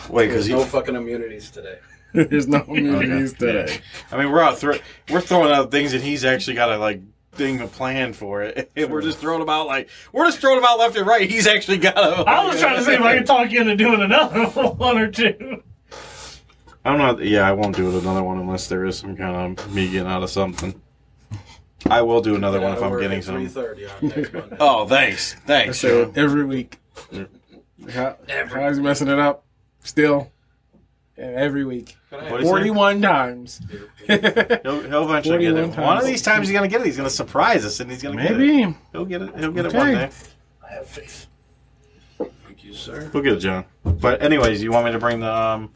Wait, because There's no fucking immunities today. There's no immunities today. I mean we're out thro- we're throwing out things that he's actually got a like thing a plan for it. We're just throwing them out like we're just throwing them out left and right. He's actually got a. I was trying to see if I could talk you into doing another one or two. I'm not. Yeah, I won't do it another one unless there is some kind of me getting out of something. I will do another one if I'm getting Three some. thirty on next Monday. Oh, thanks, I thanks. say Joe. it every week. How, Every- how's he messing it up? Still. Yeah, Every week. Can I What have is it? 41 times. He'll, he'll eventually get it. 41 One of times. these times he's gonna get it. He's gonna surprise us, and he's gonna Get it. Maybe. He'll get it. He'll get Okay. it one day. I have faith. Thank you, sir. We'll get it, John. But anyways, you want me to bring the um,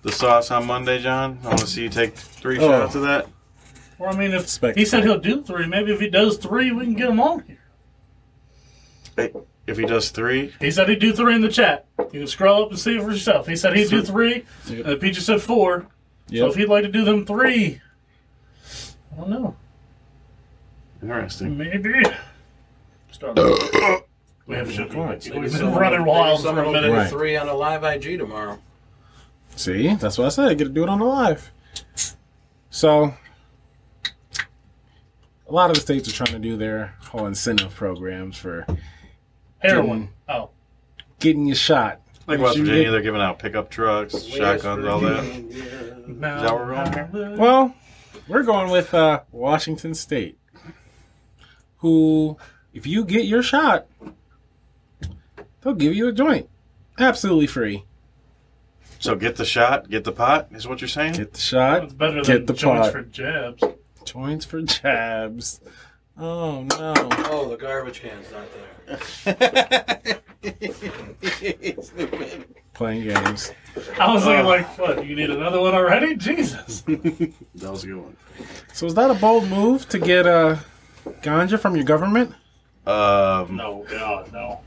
the sauce on Monday, John? I want to see you take three Oh. shots of that. Or I mean, if Spectacle. he said he'll do three, maybe if he does three, we can get him on here. If he does three, He said he'd do three in the chat. You can scroll up and see it for yourself. He said he'd do three. Yep. Uh, Peaches said four. So Yep. if he'd like to do them three, I don't know. Mm. interesting. Maybe. Start. we have shit. We've been running wild for a minute. Right. Three on a live IG tomorrow. See, that's what I said. I get to do it on the live. So, a lot of the states are trying to do their whole incentive programs for Heroin. Oh. getting your shot. Like Did West you Virginia, get- they're giving out pickup trucks, shotguns, all that. Now that where we're going? I look- Well, we're going with uh, Washington State, who, if you get your shot, they'll give you a joint. Absolutely free. So get the shot, get the pot, is what you're saying? Get the shot. It's better Get than the joints pot. for jabs. Joints for jabs. Oh, no. Oh, the garbage can's not there. Playing games. I was thinking, like, what? You need another one already? Jesus. that was a good one. So is that a bold move to get uh, ganja from your government? Um, No, God, no.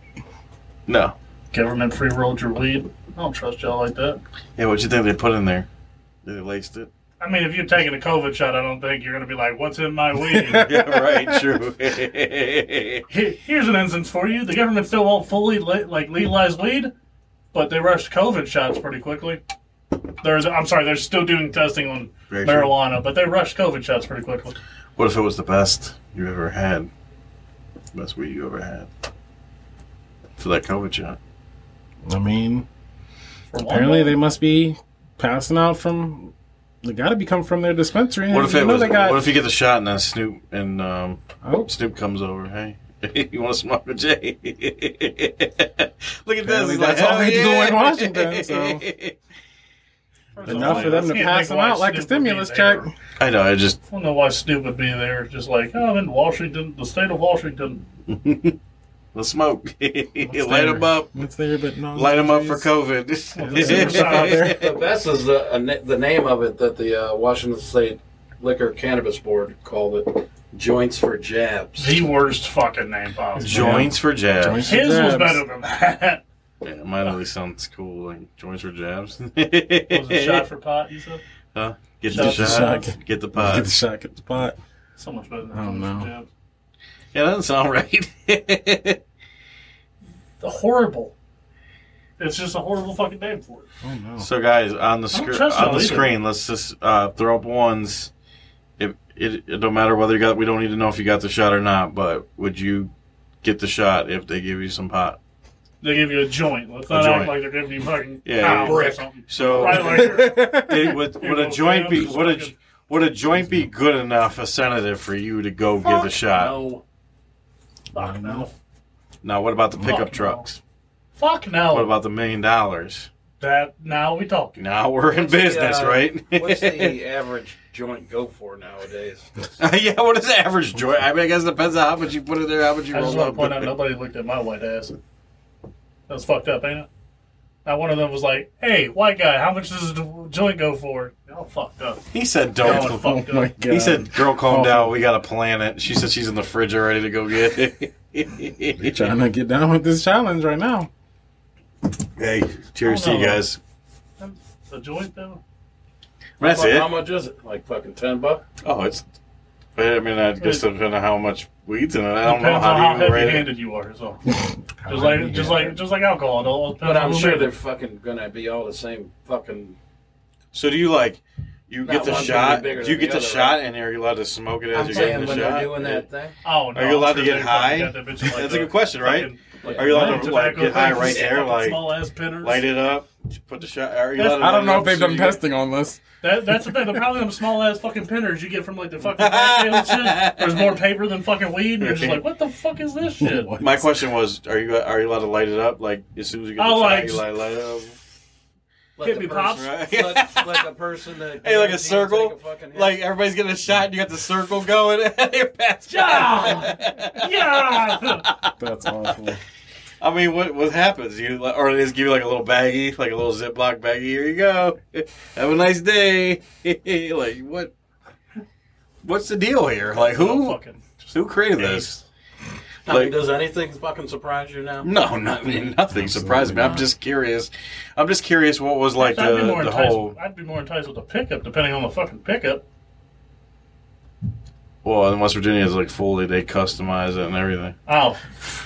no. Government free rolled your weed. I don't trust y'all like that. Yeah, what you think they put in there? They laced it. I mean, if you're taking a COVID shot, I don't think you're going to be like, what's in my weed? Yeah, right. True. yeah, Here- Here's an instance for you. The government still won't fully le- like legalize weed, but they rushed COVID shots pretty quickly. There's, I'm sorry, they're still doing testing on Very true. marijuana, but they rushed COVID shots pretty quickly. What if it was the best you ever had? The best weed you ever had for that COVID shot? I mean, For one, apparently they must be passing out from. They got to be coming from their dispensary. What if You it know was? They got, What if you get the shot and then Snoop and um, Oh, Snoop comes over? Hey, you want to smoke a J? Look at this. Apparently He's like, that's all "Hell they do in yeah." Washington, so. first of all, enough for them I to can't pass think them why out like a Snoop would be stimulus check. there. I know. I just I don't know why Snoop would be there. Just like, oh, I'm in Washington, the state of Washington. let's smoke. Light It's there. them up. It's there, but no. Light them up for disease. COVID. The best is the, a, na- the name of it that the uh, Washington State Liquor Cannabis Board called it. Joints for jabs. The worst fucking name possible. Joints for jabs. Joints. His was Jabs. better than that. Yeah, mine at least sounds cool. Like joints for jabs. was it shot for pot? You said Huh? Get Shot the for shot. shot. Get the Get pot. the shot, get the pot. so much better than I don't Joints for know. Jabs. Yeah, that doesn't sound right. The horrible. It's just a horrible fucking name for it. Oh, no. so, guys, on the I don't screen, trust on y'all the either. screen, let's just uh, throw up ones. If it, it don't matter whether you got, we don't need to know if you got the shot or not. But would you get the shot if they give you some pot? They give you a joint. Let's not joint. act like they're giving you fucking Yeah, yeah, yeah. or something. So, Right, like, it, would, would a Well, joint be Sam's would a fucking- would a joint be good enough a sedative for you to go give the shot? no. Mm-hmm. Fuck no. Now, what about the pickup no. trucks? Fuck no. What about the million dollars? that? Now we talking. Now we're in What's the, business, uh, right? What's the average joint go for nowadays? yeah, what is the average joint? I mean, I guess it depends on how much you put in there, how much you I just roll want up. to point out nobody looked at my white ass. That's fucked up, ain't it? Now one of them was like, "Hey, white guy, how much does a joint go for?" Y'all fucked up. He said, Y'all "Don't." fucked Oh, my up. God. he said, "Girl, calm Oh. down. We got a planet." She said she's in the fridge already to go get it. trying to get down with this challenge right now. hey, cheers to you Hold on. guys. The joint though. I mean, that's Fuck, How it. much is it? Like fucking ten bucks? Oh, it's. I mean, I guess depends on how much weeds in it. I don't know Depends on how how to even rate it. heavy-handed you are. So just like, just like, just like alcohol. it all depends But I'm on who sure made it. they're fucking gonna be all the same fucking. So do you like? You Not get the one's gonna be shot. bigger Do you than get the the other, shot, and are you allowed to smoke it as I'm you're getting saying the when shot? they're doing that thing. Oh no! Are you allowed to I'm get they high? fucking got that bitch like That's the a good question, right? fucking Like, Are you allowed like to, like, tobacco get high things, right there, fucking like, small ass pinners? Light it up. Put the shot. Are you That's- allowed to I don't light it know up if they've so done you get- pesting on this. That, that's the thing. The problem with small ass fucking pinners you get from like the fucking cocktail and shit. There's more paper than fucking weed, and you're just like, what the fuck is this shit? What? My question was: Are you are you allowed to light it up? Like as soon as you get I the like- shot, you light, light it up. Let Hit the me, person- pops. Right? Let, let the person that Hey, like a guaranteed circle? take a fucking hit. like everybody's getting a shot, and you got the circle going. and you're passed Yeah, yeah. That's awful. I mean, what what happens? You li- or they just give you like a little baggie, like a little Ziploc baggie. Here you go. Have a nice day. like what? What's the deal here? Like who Fucking who created this? I mean, like- does anything fucking surprise you now? No, not, I mean, nothing surprised me. I'm just curious. I'm just curious what was like I'd be the, more the enticed. whole. I'd be more enticed with a pickup, depending on the fucking pickup. Well, in West Virginia, it's like fully they customize it and everything. Oh,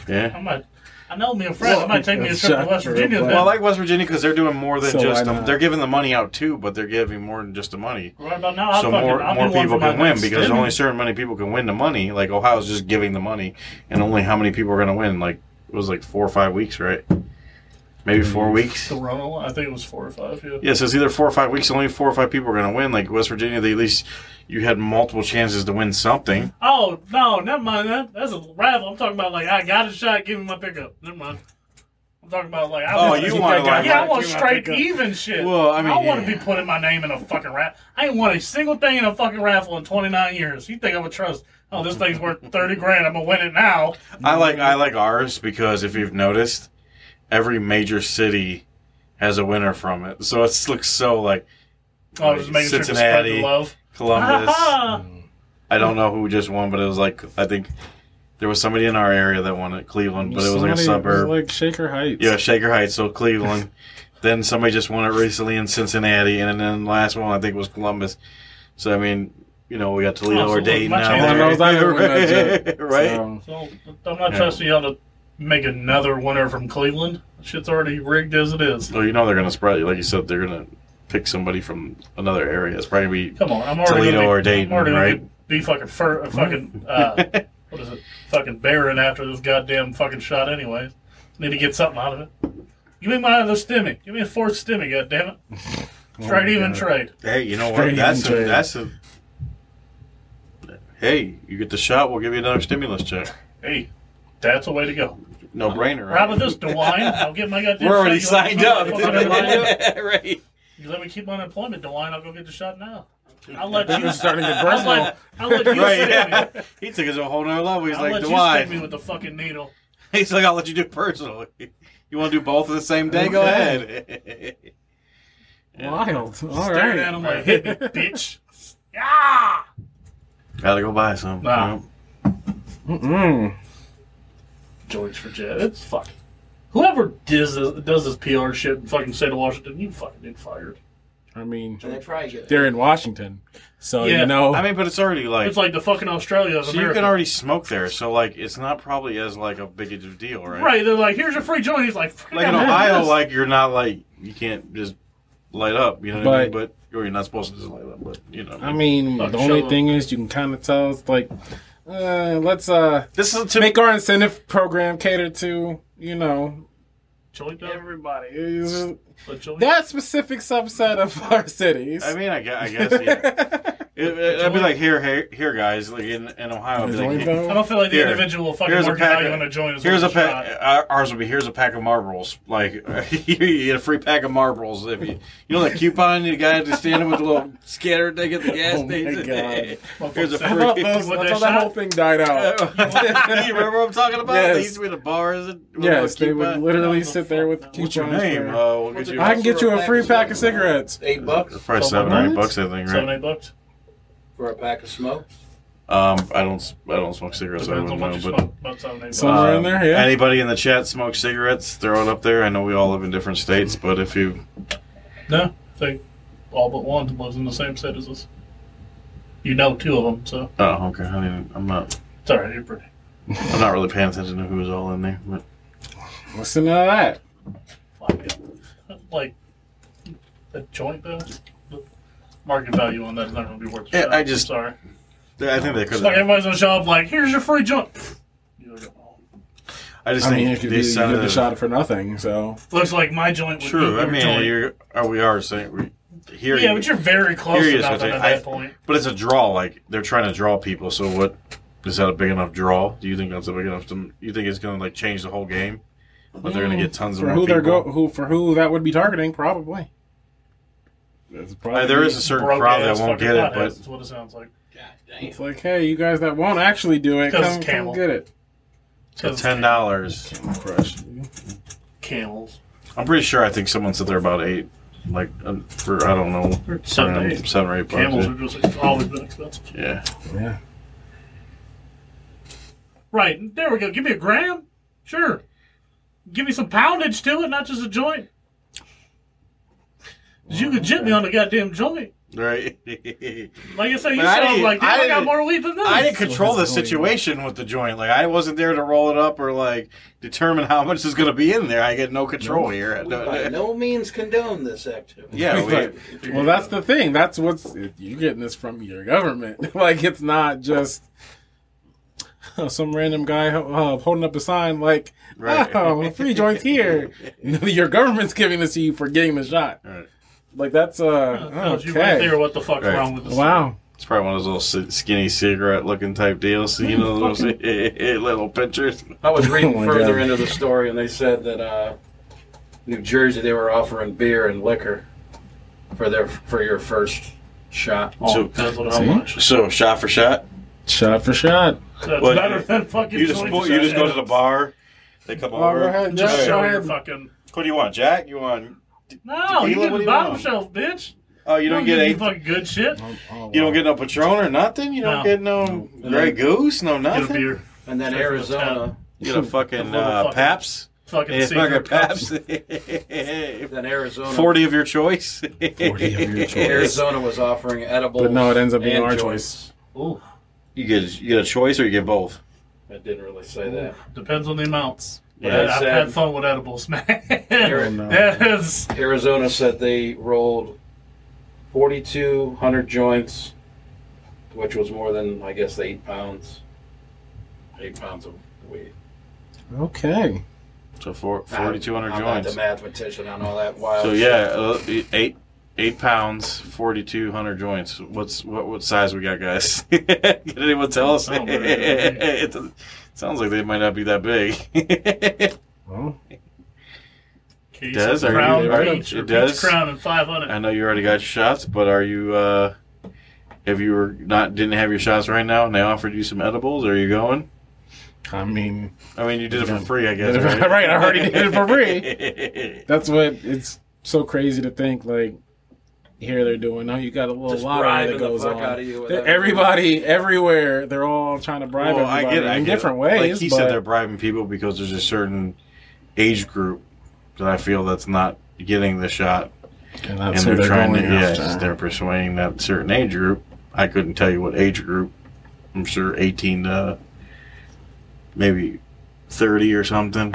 Yeah. I might. I know me and Fred. I might take me a trip to Well, West Virginia. well, Well, I Well, like West Virginia because they're doing more than So just. why Um, not? they're giving the money out too, but they're giving more than just the money. right about now, I'll so fucking, more I'll more do one people for my can win next because stimulus. only certain many people can win the money. Like Ohio's just giving the money, and only how many people are going to win? Like it was like four or five weeks, right? Maybe four weeks. Toronto, I think it was four or five. Yeah. Yeah, so it's either four or five weeks. Only four or five people are going to win. Like West Virginia, they at least you had multiple chances to win something. Oh no, never mind. That, that's a raffle. I'm talking about like I got a shot. Give me my pickup. Never mind. I'm talking about like I Oh, want- you want to like? Yeah, I want Give me my straight pickup. even shit. Well, I mean, I want to yeah. be putting my name in a fucking raffle. I ain't won a single thing in a fucking raffle in 29 years. You think I would trust? Oh, this thing's worth 30 grand. I'm gonna win it now. I like I like ours because if you've noticed, every major city has a winner from it. So it looks so like Oh, I was just making sure to spread Cincinnati. the love. Columbus. Ah, I don't know who just won, but it was like I think there was somebody in our area that won at Cleveland, but it was like a Somebody- it was suburb. like Shaker Heights. yeah, Shaker Heights, so Cleveland. then somebody just won it recently in Cincinnati, and then the last one I think was Columbus. So I mean, you know, we got Toledo Oh, so or look, Dayton my now. chance- Well, those I haven't won that right? right? So, so I'm not Yeah. trusting y'all to make another winner from Cleveland. Shit's already rigged as it is. Well, you know they're gonna spread it. Like you said, they're gonna pick somebody from another area. It's probably gonna be Come on, I'm already Toledo gonna be, or Dayton, I'm already gonna right? Be fucking fur, uh, fucking uh, what is it? Fucking barren after this goddamn fucking shot. Anyways, need to get something out of it. Give me my other stimmy. Give me a fourth stimmy. Goddamn it! Straight even Oh God. trade. Hey, you know Straight what? That's even a, trade. that's a. Hey, you get the shot. We'll give you another stimulus check. Hey, that's the way to go. No brainer. Right with this DeWine, I'll get my goddamn. We're already shot. You signed let up. me fucking unemployment- right. You let me keep my unemployment, DeWine. I'll go get the shot now. I'll let you. It's starting to get I'll let, I'll let you Right. sting Yeah. me. He took it to a whole nother level. He's I'll like, let do you stick me why? with the fucking needle. He's like, I'll let you do personal. You want to do both in the same day? Go ahead. Wild. All Staring at him right. like, hit me, bitch. Ah! Gotta go buy some. Nah. Mm. joints for Jet. It's fucking. Whoever does this, does this PR shit in fucking state of Washington, you fucking get fired. I mean, And they probably get they're in Washington, so Yeah. you know. I mean, but it's already like. It's like the fucking Australia of so you America. can already smoke there, so like it's not probably as like a big of a deal, right? right, they're like, here's a free joint. He's like, "Fuck, Like in I'm having Ohio, this." like you're not like you can't just light up, you know what I mean? But or you're not supposed to just light up, but you know. I mean, Fuck, the show only 'em. thing is you can kind of tell it's like, uh, let's uh this is to make our incentive program cater to you know joint up, everybody. It's just- but joint. that specific subset of our cities. I mean, I guess, I guess yeah. It, it, I'd be like, here, here, here, guys, like in, in Ohio, I'd be like, Joint here- vote. I don't feel like the Here. individual fucking Here's a working value pack on of- a joint is here's a worth pack. shot. our- Ours would be here's a pack of Marlboros. Like you get a free pack of Marlboros if you you know that coupon you got to stand with a little scanner thing at the gas Oh my station. God. Here's a Motherfucker, I thought, free. those, What I that thought that shot? whole thing died out. you remember what I'm talking about? Yes. They used to be in the bars. And yes, they would literally No, sit the there with fuck no. coupons. What's your name? there. Uh, we'll get you. I can get you a free pack of cigarettes. eight bucks Probably seven or eight bucks, I think. Seven, Right? eight bucks. for a pack of smoke. Um, I don't, I don't smoke cigarettes. I Depends on don't what you know, but um, smoke. About seven, eight bucks. Some- Somewhere in there, yeah. Anybody in the chat smoke cigarettes? Throw it up there. I know we all live in different states, but if you No, I think all but one lives in the same set as us. You know two of them, so oh okay, I mean, I'm not it's all right. You're pretty. I'm not really paying attention to who's all in there. But Listen to that. Fuck yeah. Like a joint though. The market value on that's not gonna be worth. a Yeah, shit. I just- I'm sorry. I think they It's could. like everybody's gonna show up like, here's your free joint. You know, I just I mean, think it could be they you sounded get the shot for nothing. So Looks like my joint would be True. I your mean, joint. you're, are we are saying we here? yeah, you- but you're very close Here he to is, nothing I'll at tell you. that I- point. But it's a draw. Like they're trying to draw people. So what? Is that a big enough draw? Do you think that's a big enough? To, you think it's going to like change the whole game? But they're going to get tons of for more who people. they're go who for who that would be targeting, probably. That's probably Uh, there is a certain Broke crowd that ass won't fucking get it, potheads, but That's what it sounds like. It's like, hey, you guys that won't actually do it, 'Cause come, it's come camel. get it. so Because ten dollars. Camel crush. camels. I'm pretty sure. I think someone said they're about eight. Like um, for I don't know, Seven, around eight. seven or eight Camels bucks. are just it's always been expensive. Yeah, Yeah. Right. There we go. Give me a gram. Sure. Give me some poundage to it, not just a joint. 'Cause You could jit me on the goddamn joint. right. Like I say, you But I sound didn't- like, damn, I I, got didn't- more weed than this. I didn't control the it's going. situation with the joint. Like I wasn't there to roll it up or like determine how much is going to be in there. I get no control here. I We don't- by no means condone this activity. Oh, Yeah, But- we, well, that's the thing. That's what's you're getting this from your government. like it's not just uh, some random guy uh, holding up a sign like, Right. "Oh, free joints here." No, your government's giving this to you for getting the shot. Right. Like that's uh Tells Oh, you right okay. there what the fuck's Right. wrong with this. wow. It's probably one of those little si- skinny cigarette looking type deals. You know, those little pictures. I was reading Oh my further God. into the story, and they said that uh, New Jersey they were offering beer and liquor for their for your first shot. Oh, So- depends on See? how much. So, shot for shot? Shot for shot. That's Well, better you- than fucking You just, joint pull, you just go to the shots. bar. They come Oh, go over. ahead. Just Just show go your ahead. fucking. What do you want, Jack? You want. No, you Tequila? What get do the you bottom want? shelf, bitch. Oh, you don't get any eight. fucking good shit. Oh, oh, You don't wow. get no Patron or nothing? You don't No. get no Grey Goose? No Get a nothing? beer. And then Sure, Arizona, You get a fucking Little uh, fucking- Paps? Fucking Yeah, secret fucking cups. Paps. then Arizona, 40 of your choice? 40 of your choice. Arizona was offering edibles. But no, it ends up being and our joints. Ooh, You get, you get a choice or you get both? It didn't really say that. depends on the amounts. But Yeah, I've sad. had fun with edibles, man. Oh, no. That is Arizona said they rolled 4,200 joints, which was more than, I guess, eight pounds. Eight pounds of weed. Okay. So, four, I'm- 4,200 I'm joints. not the mathematician on all that wild. So shit. yeah, uh, eight eight pounds, forty two hundred joints. What's what what size we got, guys? Can anyone tell us? I don't know. it doesn't- sounds like they might not be that big. Well, case Does, of are crown you- are you- peach or it does? peach crown and five hundred. I know you already got your shots, but are you? uh If you were not didn't have your shots right now, and they offered you some edibles, are you going? I mean, I mean, you did it for Yeah. free, I guess. Right, Right, I already did it for free. that's what it's so crazy to think like here they're doing. Now you got a little Just lottery bribing that the goes fuck out on. of you. with They're- edibles. Everybody, everywhere, they're all trying to bribe Well, everybody in it. different ways. Like he but said, they're bribing people because there's a certain age group that I feel that's not getting the shot, and that's and who they're, trying to. going Yeah, after. they're persuading that certain age group. I couldn't tell you what age group. I'm sure 18 to maybe 30 or something.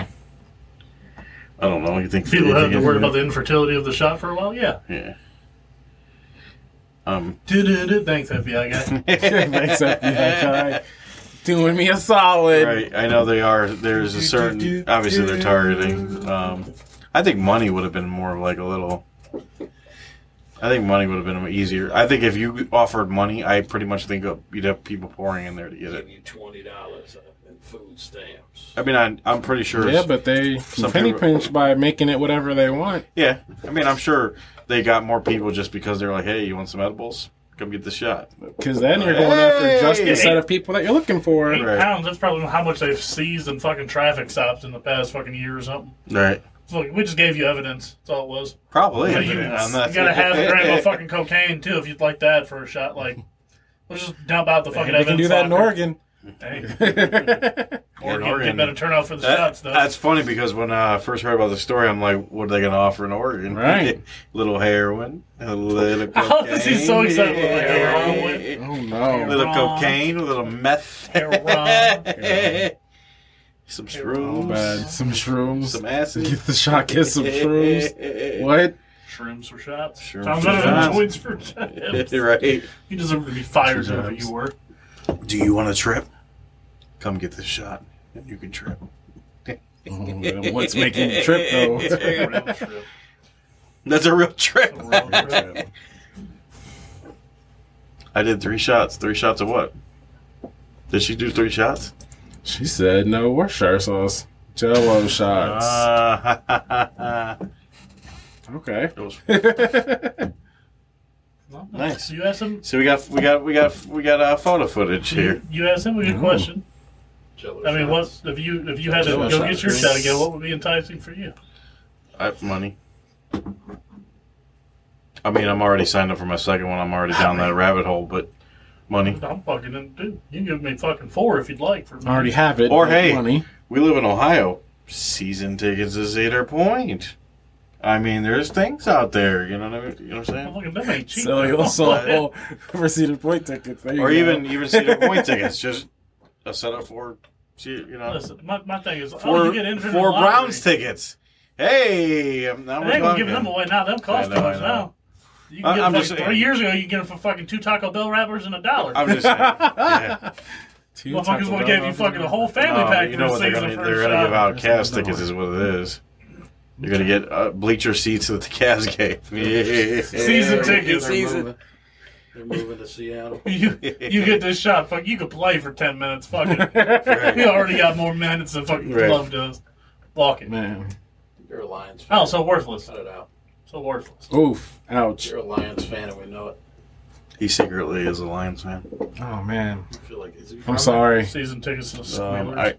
I don't know. You think People 30 have to is worry good? about the infertility of the shot for a while. Yeah. Yeah. Um. Du-du-du. Thanks, FBI guy. Thanks, FBI. Doing me a solid. Right, I know they are. There's a certain. Obviously, they're targeting. Um, I think money would have been more of like a little. I think money would have been easier. I think if you offered money, I pretty much think you'd have people pouring in there to get give it. you twenty dollars in food stamps. I mean, I, I'm pretty sure. Yeah, but they Some penny people- pinch by making it whatever they want. yeah, I mean, I'm sure they got more people just because they're like, "Hey, you want some edibles? Come get the shot." Because then you're going after just Hey! the set of people that you're looking for. Eight Right. pounds. That's probably how much they've seized in fucking traffic stops in the past fucking year or something. Right. So we just gave you evidence. That's all it was. Probably. But you, you I'm not- gotta have a gram of fucking cocaine too if you'd like that for a shot. Like, let's just dump out the fucking They can evidence. do that in locker. Oregon. Hey. Or Or in get, Oregon. get better turnout for the That- shots, though. That's funny because when uh, I first heard about the story, I'm like, what are they going to offer in Oregon? Right. little heroin, a little Oh, cocaine. this is so exciting. Like heroin. oh no! A little cocaine, a little meth. Heroin. some Oh, bad. shrooms. Some shrooms. Some acid. Get the shot. Get some shrooms. What? Shrooms for shots. Shrooms Sounds for better than shots. joints for shots. right. You deserve to be fired For over shots. you were. Do you want to trip? Come get this shot and you can trip. Mm, What's making you trip though? Road trip. That's a real trip. Road trip. I did three shots. Three shots of what? Did she do three shots? she said no Worcestershire sauce. Jello shots. Uh, okay. it was Well, Nice. You asked him. So we got we got we got we got uh, photo footage You, here. you asked him a good No. question. Jello I mean, what shots. if you if you had to Jello go get shots. your shot again? What would be enticing for you? I have money. I mean, I'm already signed up for my second one. I'm already down that rabbit hole, but money. I'm fucking in, dude. You can give me fucking four if you'd like. For I already have it. Or Make hey. money. We live in Ohio. Season tickets is either point. I mean, there's things out there. You know what I mean? You know what I'm I'm saying? looking them ain't cheap. So you also oh, receded point tickets. There you Or go. even even Cedar Point tickets, just a setup for, you know, Listen, my, my thing is, for oh, you get internet for lottery. Browns tickets. Hey, I'm not I ain't gonna give them away now. Them cost I know, too much I know. now. You I- can get I'm them just for- saying. three years ago, you can get them for fucking two Taco Bell wrappers and a dollar. I'm just saying. Yeah. Two Motherfuckers Taco would have Bell gave you offers. fucking a whole family No, pack Um, you for know a what they're season gonna for they're a gonna give shot. out Cavs tickets is what it is. You're gonna get uh, bleacher seats that the Cavs gave. Yeah. Season They're tickets. moving- They're moving to Seattle. You, you get this shot, fuck. You could play for ten minutes, fucking. we Right. already got more minutes than fucking Right. Love does. Walking. Man, You're a Lions fan. Oh, so worthless. Cut it out. So worthless. oof, ouch. You're a Lions fan, and we know it. He secretly is a Lions fan. Oh man, I feel like is he from- I'm sorry. Season tickets to the Um, squealers. I,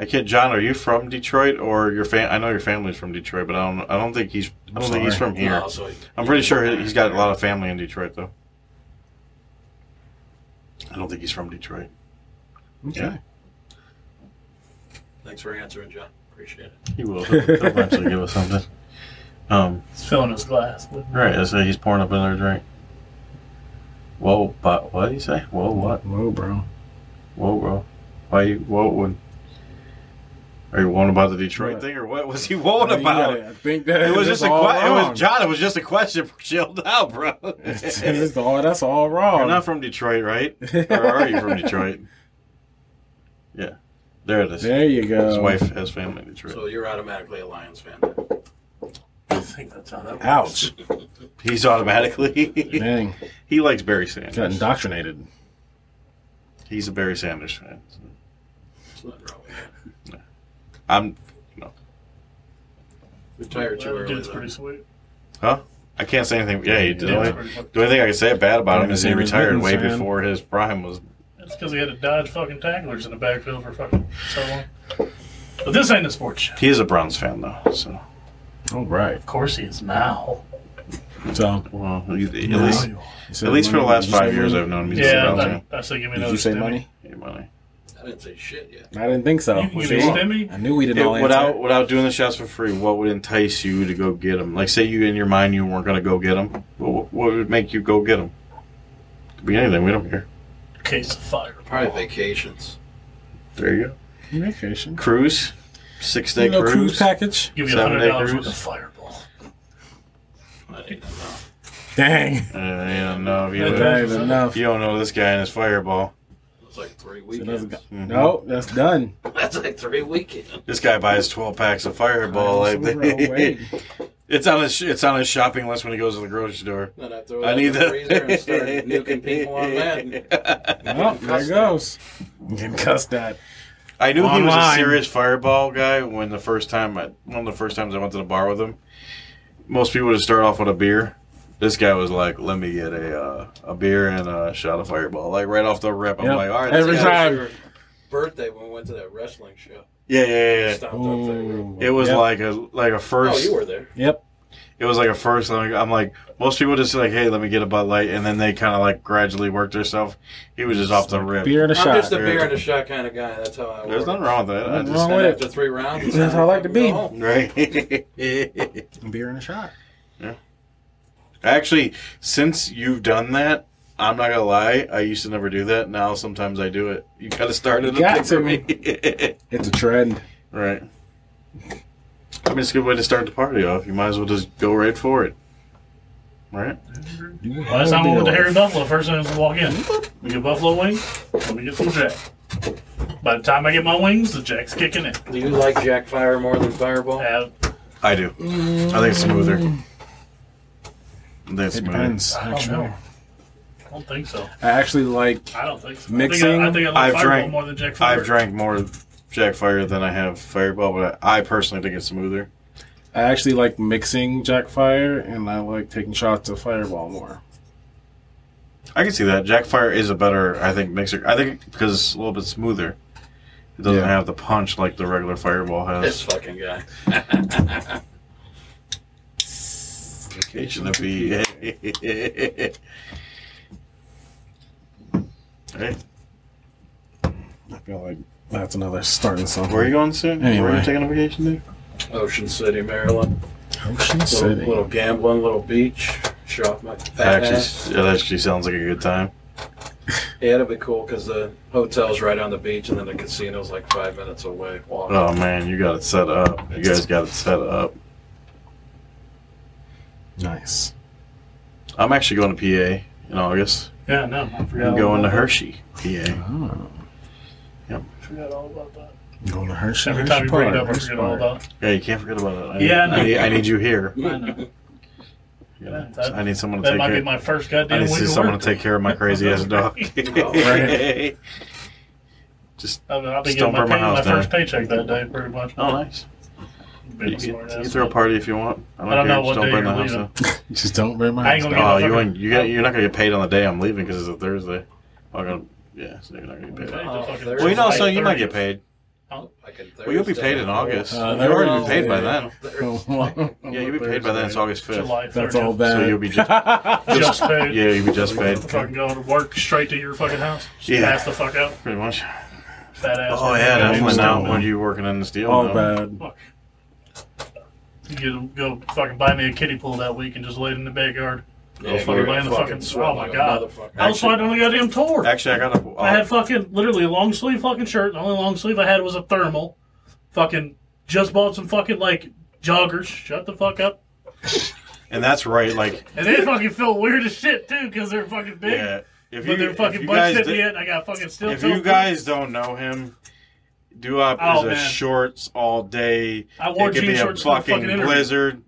I can't. John, are you from Detroit or your fam? I know your family's from Detroit, but I don't. I don't think he's. I don't think he's Sorry. from here. No, Oh, so he- I'm pretty sure he- he's got a lot of family in Detroit, though. I don't think he's from Detroit. Okay. Thanks for answering, John. Appreciate it. He will he'll eventually give us something. Um, He's filling his glass. with- right. I say he's pouring up another drink. Whoa, but what do you say? Whoa, what? Whoa, bro. Whoa, bro. Why you? Whoa, when? Are you won about the Detroit What? thing, or what was he won You about? gotta- I think that It was just a all que- it wrong. was John. It was just a question. Chilled out, bro. It's just all- that's all wrong. You're not from Detroit, right? Or are you from Detroit? Yeah, there it is. There you go. His wife has family in Detroit. So you're automatically a Lions fan. I think that's how that works. Ouch. He's automatically. Dang, he likes Barry got Sanders. indoctrinated. He's a Barry Sanders fan. There's nothing wrong with that. I'm. Retired too That early. dude's though. pretty sweet. I can't say anything. Yeah, he did. Dude's Yeah. The pretty fucking- only thing I can say bad about him is he He was retired Mittens, way man. before his prime was. That's because he had to dodge fucking tacklers in the backfield for fucking so long. But this ain't a sports show. He is a Browns fan though, so All right. Of course he is now. So well, he- at No. least you said at least for the money? last Did you five say years, money? I've known him. He's a Yeah, Browns fan. I, I say give Did me another you say stimmy. money? Hey, money. I didn't say shit yet. I didn't think so. You can give See? me a stimmy. I knew we didn't all Yeah, answer. without without doing the shots for free, what would entice you to go get them? Like, say you in your mind you weren't going to go get them. What, what would make you go get them? Could be anything. We don't care. Case of fire. Probably vacations. There you go. Vacation. Cruise, six day You know, cruise. cruise package. Give you a Seven hundred dollars acres. worth of fireball. I didn't know. Dang. Uh, you don't know if you, Yeah. That ain't enough. you don't know this guy and his fireball. It was like three So that's weekends. go- Mhm. No, that's done. That's like three weekends. This guy buys twelve packs of fireball. Just like- throw it away. it's on his it's on his shopping list when he goes to the grocery store. Then I throw it I out need in the that. freezer and start nuking people on Madden. Well, there it goes. You can cuss that. I knew he was a Online. serious fireball guy when the first time I, one of the first times I went to the bar with him. Most people would start off with a beer. This guy was like, "Let me get a uh, a beer and a shot of fireball." Like right off the rip, I'm Yep. like, "All right, Every this That guy- time. was your Birthday when we went to that wrestling show. yeah, yeah, yeah." yeah. Stopped up there. Ooh. It was Yep. like a like a Oh, first. you were there. Yep. It was like a first. and I'm like- I'm like, most people just like, "Hey, let me get a Bud Light," and then they kind of like gradually work themselves. He was just off the rip. Beer and a I'm shot. just a beer and a shot kind of guy. That's how I There's order. nothing wrong with that. I Nothing just wrong And with it. after three rounds, it's That's how I like to time go be. home. right. beer and a shot. Actually, since you've done that, I'm not gonna lie. I used to never do that. Now sometimes I do it. You gotta start it You got up for to. me. It's a trend. right. I mean, it's a good way to start the party off. You might as well just go right for it. Right? Last time I went to Harry Buffalo, first time was to walk in. We get buffalo wings. Let me get some jack. By the time I get my wings, the jack's kicking in. Do you like Jack Fire more than Fireball? Uh, I do. I think it's smoother. I think it's Mm. It smoother. depends. I don't Actually, know. I don't think so. I actually like. I don't think so. Mixing? I think I, I, think I I've like Fireball drank- more than Jack Fire. I've drank more Jack Fire than I have Fireball, but I I personally think it's smoother. I actually like mixing Jack Fire, and I like taking shots of Fireball more. I can see that Jack Fire is a better, I think, mixer. I think because it's a little bit smoother. It doesn't Yeah. have the punch like the regular Fireball This has. fucking guy. Vacation to be. hey, I feel like that's another starting something. where are you going soon? Where are Anyway. you taking a vacation to? Ocean City, Maryland. Ocean Little, City. little gambling, little beach. Show off my fat That ass. actually, that actually sounds like a good time. Yeah, it'll be cool because the hotel's right on the beach and then the casino's like five minutes away. Walk. Oh man, you got it set up. You guys got it set up. Nice. I'm actually going to PA in August. Yeah, no, I forgot. I'm all going to about Hershey, PA. Oh. that. forgot all about that. Going to Hershey. Every Hershey time you bring it Park, up, I Hershey forget all Park. about it. Yeah, you can't forget about it. I, Yeah, I know. I, need, I need you here. I know. Yeah, That- I need someone to That take might be care. my first I goddamn need week to see of someone work. to take care of my crazy ass dog. Right. Just I'll be- I'll be getting Just don't my, pay, burn my my house down. first paycheck that day, pretty much. oh, nice. Big You, can- smart you can ass. throw a party if you want. I don't, I don't care. know Just what don't day burn you're the house leaving. down. Just don't bring my I ain't house gonna down. Oh, fucking- you ain't, you get, you're not gonna get paid on the day I'm leaving because it's a Thursday. I'm gonna, yeah, so you're not gonna get Okay, paid. Oh, the fucking- there Well, you know, Like so you might 30th. get paid. Fucking Well, you'll be Thursday. paid in August. Uh, You've already no. been paid by then. Yeah, yeah, you'll be paid by then. It's August 5th. July 30th. That's all bad. So you'll be just, Just paid. yeah, you'll be just paid. Fucking go to work straight to your fucking house. Just Yeah. pass the fuck out. Pretty much. Fat ass. Oh yeah, definitely Steel not mill. when you working in the steel all mill. bad. Fuck. You could go fucking buy me a kiddie pool that week and just lay it in the backyard. Yeah, I was fucking you're laying the fucking fucking- sweating oh my like a God. motherfucker. I was fighting on the goddamn tour. Actually, I got a. uh, I had fucking literally a long sleeve fucking shirt. The only long sleeve I had was a thermal. Fucking just bought some fucking like joggers. Shut the fuck up. and that's right. Like, And they fucking feel weird as shit too because they're fucking big. yeah, if you, But they're if fucking you butt guys shit di- yet. I got fucking still. if you toe- guys don't know him, Duop Oh, is a man. shorts all day. I wore it could jean be a shorts to the fucking, fucking interview. blizzard.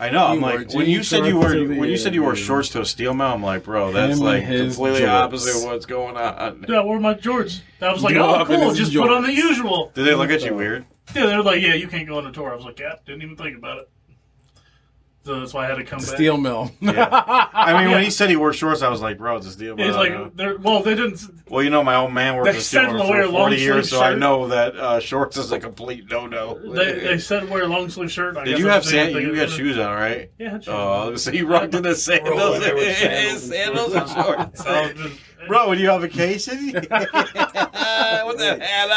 I know. I'm You wore like, when jean you said you shorts were to the when you said you wore interview. shorts to a steel mill, I'm like, bro, that's Him like and his completely jorts. opposite of what's going on. Yeah, I wore my Jorts. I was like, Go oh, up in cool. his Just put on the jorts. usual. Did they look at you weird? Yeah, they were like, yeah, you can't go on a tour. I was like, yeah, didn't even think about it. So that's why I had to come It's a back. steel mill. I mean, when Yeah. he said he wore shorts, I was like, bro, it's a steel mill. It's like, they're, well, they didn't. Well, you know, my old man worked They a steel said mill wear for a 40 years, long-sleeve so I shirt. know that uh, shorts is a complete no-no. They, they said wear a long sleeve shirt. I Did guess you I have was thinking sand? they You could- got shoes on, right? Yeah, I had shoes. Oh, I was gonna say, you rocked in the Bro, sandals, there were and sandals sandals and and shorts. I was just- Bro, when you on vacation? With that hat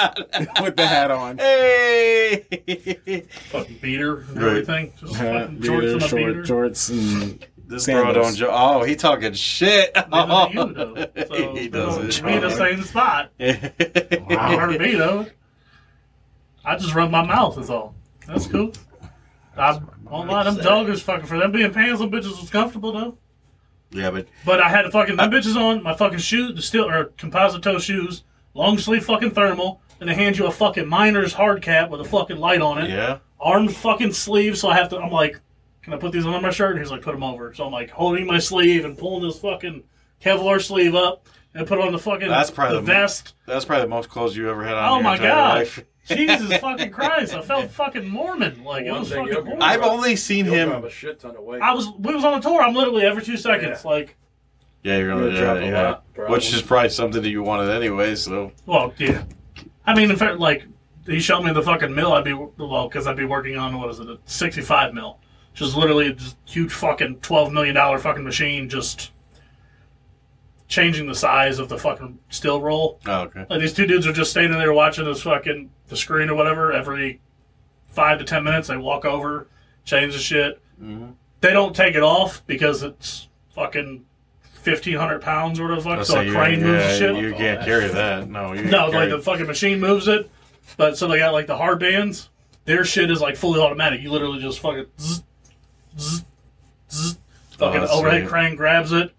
on. With the hat on. Hey! fucking beater and Right. everything. Just fucking Hat, jorts beater, and a short beater. jorts, and this Sandals. bro don't. Jo- oh, he talking shit. Neither do you, though. So, he you know, does We in the it. same spot. Wow. Don't hurt me though. I just rub my mouth is all. That's cool. I won't lie, them doggers fucking for them being pants, them bitches was comfortable though. yeah, but But I had the fucking them bitches on, my fucking shoe, the steel or composite toe shoes, long sleeve fucking thermal, and they hand you a fucking miner's hard cap with a fucking light on it. yeah. Armed fucking sleeve, so I have to I'm like, Can I put these under my shirt? And he's like, put them over. So I'm like holding my sleeve and pulling this fucking Kevlar sleeve up and put on the fucking That's probably the the mo- vest. That's probably the most clothes you ever had on. Oh your my entire god! life. Jesus fucking Christ! I felt fucking Mormon. Like it One was thing fucking. you'll- Mormon. I've only seen You'll him. drop a shit ton of weight. I was we was on a tour. I'm literally every two seconds. Like, Yeah, you're You're gonna gonna yeah, drop a yeah. lot, probably. Which is probably something that you wanted anyway. So well, yeah. I mean, in fact, like he showed me the fucking mill. I'd be well because I'd be working on what is it, a 65 mill, which is literally just huge fucking 12 million dollar fucking machine, just changing the size of the fucking still roll. oh, okay. Like these two dudes are just standing there watching this fucking the screen or whatever. Every five to ten minutes, they walk over, change the shit. Mhm. They don't take it off because it's fucking fifteen hundred pounds or whatever. the fuck, Let's So say a you- crane moves the yeah, shit. You can't carry that. No, you no, can't like carry- the fucking machine moves it. But so they got like the hard bands. Their shit is like fully automatic. You literally just fucking zzz, zzz, zzz. fucking overhead that's Oh, sweet. Mm-hmm. crane grabs it,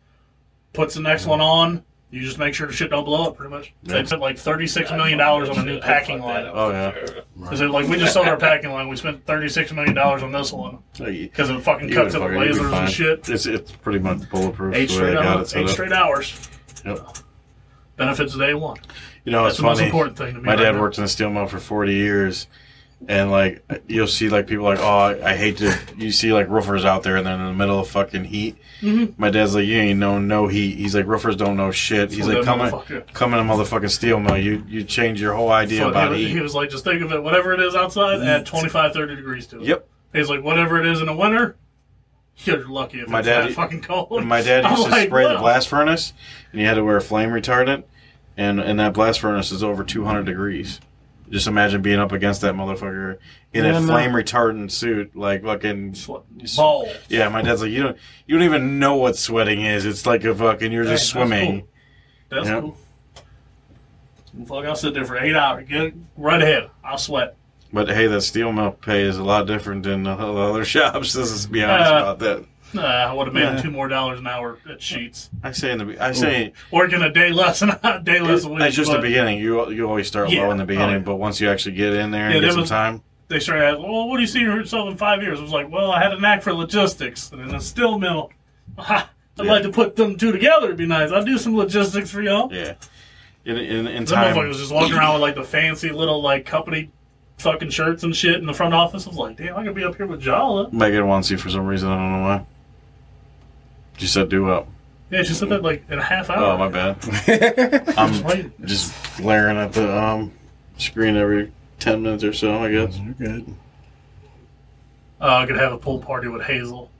puts the next one on. You just make sure the shit don't blow up, pretty much. Yeah. They spent like $36 million dollars on a new packing line. Oh, yeah. Because like, we just sold our packing line. We spent $36 million on this one. Like, you- Because it fucking you cuts would out the fucking- you'd be lasers fine. and shit. It's, it's pretty much bulletproof. Eight the way they straight, got it hours, set eight up. straight hours. Yep. Benefits day one. You know, That's it's the most funny. important thing to me. My right dad now. worked in a steel mill for 40 years, and like you'll see like people like, oh, I, I hate to. You see like roofers out there, and then in the middle of fucking heat. Mm-hmm. My dad's like, you ain't know no heat. He's like, roofers don't know shit. He's Well, that like, come in, motherfucker. come in a motherfucking steel mill. You you change your whole idea So about he, was, he heat. was like, just think of it, whatever it is outside, add 25, 30 degrees to it. Yep. He's like, whatever it is in the winter, you're lucky if My it's dad- that fucking cold. My dad I'm used to like, spray the "Well." blast furnace, and you had to wear flame retardant, and and that blast furnace is over 200 degrees. Just imagine being up against that motherfucker in Yeah, a no. flame retardant suit, like fucking. Ball. Yeah, my dad's like, you don't, you don't even know what sweating is. It's like a fucking, you're just Hey, that's swimming. cool. That's Yep. cool. Fuck, I'll sit there for eight hours. Get right ahead. I'll sweat. But hey, that steel mill pay is a lot different than the the other shops. Let's just be honest Uh, about that. Nah, I would have made Yeah. two more dollars an hour at Sheets. I say in the, I say Working a day less and a day less a week. it's just the but beginning. You you always start Yeah. low in the beginning, Oh, yeah. but once you actually get in there Yeah, and that get some was- time, They started asking, well, what do you see yourself in five years? I was like, well, I had a knack for logistics and in a still mill. Ha, I'd Yeah. like to put them two together. It'd be nice. I'll do some logistics for y'all. yeah, in in, in This motherfucker time. was just walking around with like the fancy little like company fucking shirts and shit in the front office. I was like, damn, I could be up here with Jala. Megan wants you for some reason. I don't know why. She said do up. Yeah, she said that like in a half hour. Oh my bad. I'm Wait, just glaring at the um screen every ten minutes or so. I guess. You're good. uh, I could have a pool party with Hazel.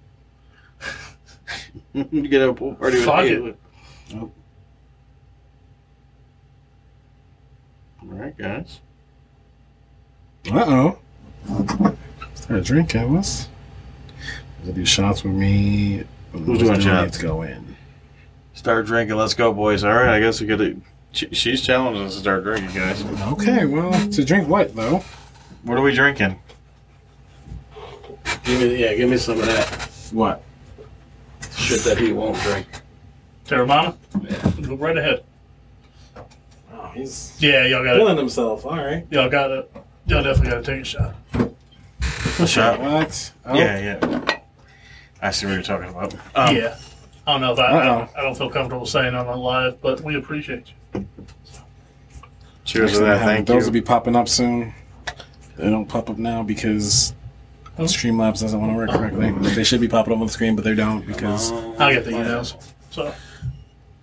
you get a pool party with Mm-hmm. Oh. Fuck it. Haley. All right, guys. Uh oh. Started drinking. What's. They do shots with me. Who's doing shots? Let's go in. Start drinking. Let's go, boys. All right, I guess we could. she- She's challenging us to start drinking, guys. Okay, well, to drink what though? What are we drinking? Give me, yeah, give me some of that What? shit that he won't drink. Terramana? Yeah. Go right ahead. Oh, he's Yeah, y'all got it. killing himself. All right. Y'all got it. Y'all definitely got to take a shot. Shot. What? Oh, Yeah, yeah. I see what you're talking about. Um, yeah. I don't know if I, Uh-oh. I, I don't feel comfortable saying on on live, but we appreciate you. Cheers to that. Thank Those you. will be popping up soon. They don't pop up now because Oh. Streamlabs doesn't want to work correctly. They should be popping up on the screen, but they don't because Oh. I get the emails. So,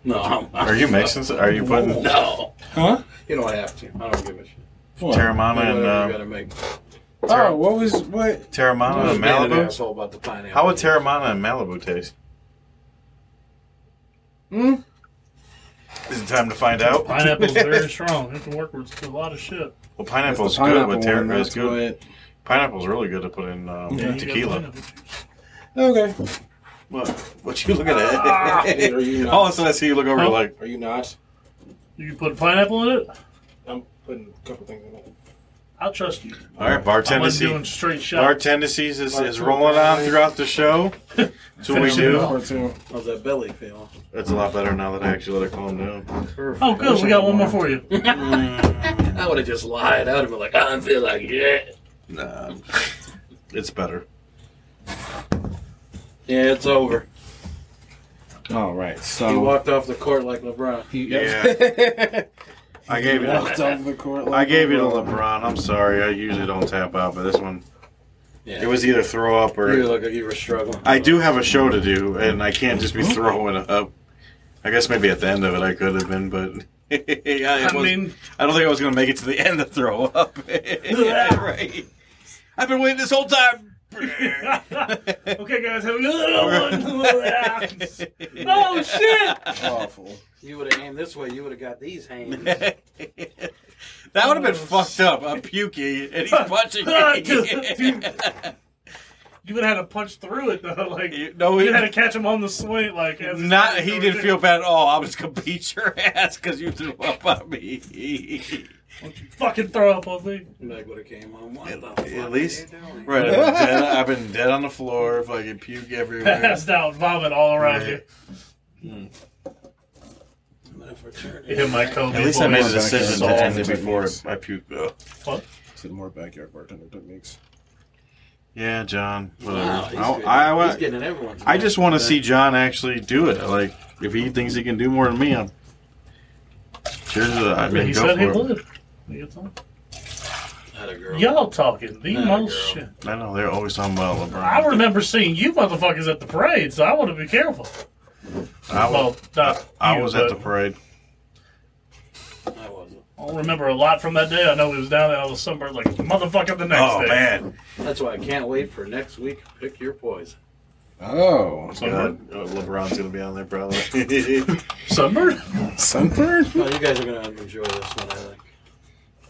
No, I'm, I'm, Are you mixing? s- Are you putting No, huh? you don't have to. I don't give a shit. What? Terramana Whatever you and uh, gotta make. Oh, what was what? Terramana Just and being an Malibu? asshole about the pineapple. How would Terramana and Malibu taste? Mm. Is it time to find out? pineapple's very strong. It can work with a lot of shit. Well, That's the pineapple's pineapple good one, with terra. It's that's good. what- Pineapple's really good to put in um, Yeah, you got tequila. pineapple juice. Okay. What? What you looking at? Are you All of not? a sudden, I see you look over Huh? like Are you not? You can put pineapple in it? I'm putting a couple things in it. I'll trust you. all right, I'm bartender. like see- doing straight Our shots. tendencies is, is rolling on throughout the show. That's what we Finish it do. off. Or two. How's that belly feel? It's a lot better now that I actually let it calm down. Oh, good. We got one more for you. Mm, I would have just lied. I would have been like, I don't feel like it. nah, Um, it's better. Yeah, it's over. All right. He Um, So. walked off the court like LeBron. He- Yeah. I gave He you. walked I off the court. gave you to LeBron. I'm sorry. I usually don't tap out, but this one, Yeah. it was either throw up You or. look like you were struggling. I do have a show to do, and I can't just be throwing up. I guess maybe at the end of it I could have been, but. I, I wasn't- mean, I don't think I was going to make it to the end to throw up. yeah, right. I've been waiting this whole time. okay, guys, have a good one. oh, shit. Awful. You would have aimed this way. You would have got these hands. that would have been fucked up. I'm puking and he's punching Ah, me. You would have had to punch through it, though. Like, You- no, you he, had to catch him on the swing. Like, as he's not. going He through didn't it. feel bad at all. I'm just gonna beat your ass because you threw up on me. Don't you fucking throw up on me. Meg would have came on. What the At fuck are least- you doing? Right, I've been, dead, I've been dead on the floor, fucking puke everywhere. Passed out, vomit all around Right. you. And You hit my Kobe. At least I boy. made a More decision to backyard end it techniques. before I puked. Ugh. What? Said more backyard bartender techniques. Yeah, John. Whatever. Wow, I, he's, good. I, wa- he's getting everyone's. I just want to back. see John actually do it. Like, if he thinks he can do more than me, I'm. Cheers to that. I mean, he go said he for it. would. You get some? Atta girl. Y'all talking the Atta most girl. shit. I know they're always talking about I LeBron. remember seeing you motherfuckers at the parade, so I want to be careful. I was, well, not I you, was at but the parade. I wasn't. I don't remember a lot from that day. I know we was down there. I was somewhere like motherfucker the next Oh day. man, That's why I can't wait for next week. Pick your poison. Oh, Sunburn. God, uh, LeBron's gonna be on there probably. Sunburn. sunburn. No, you guys are gonna enjoy this one. I think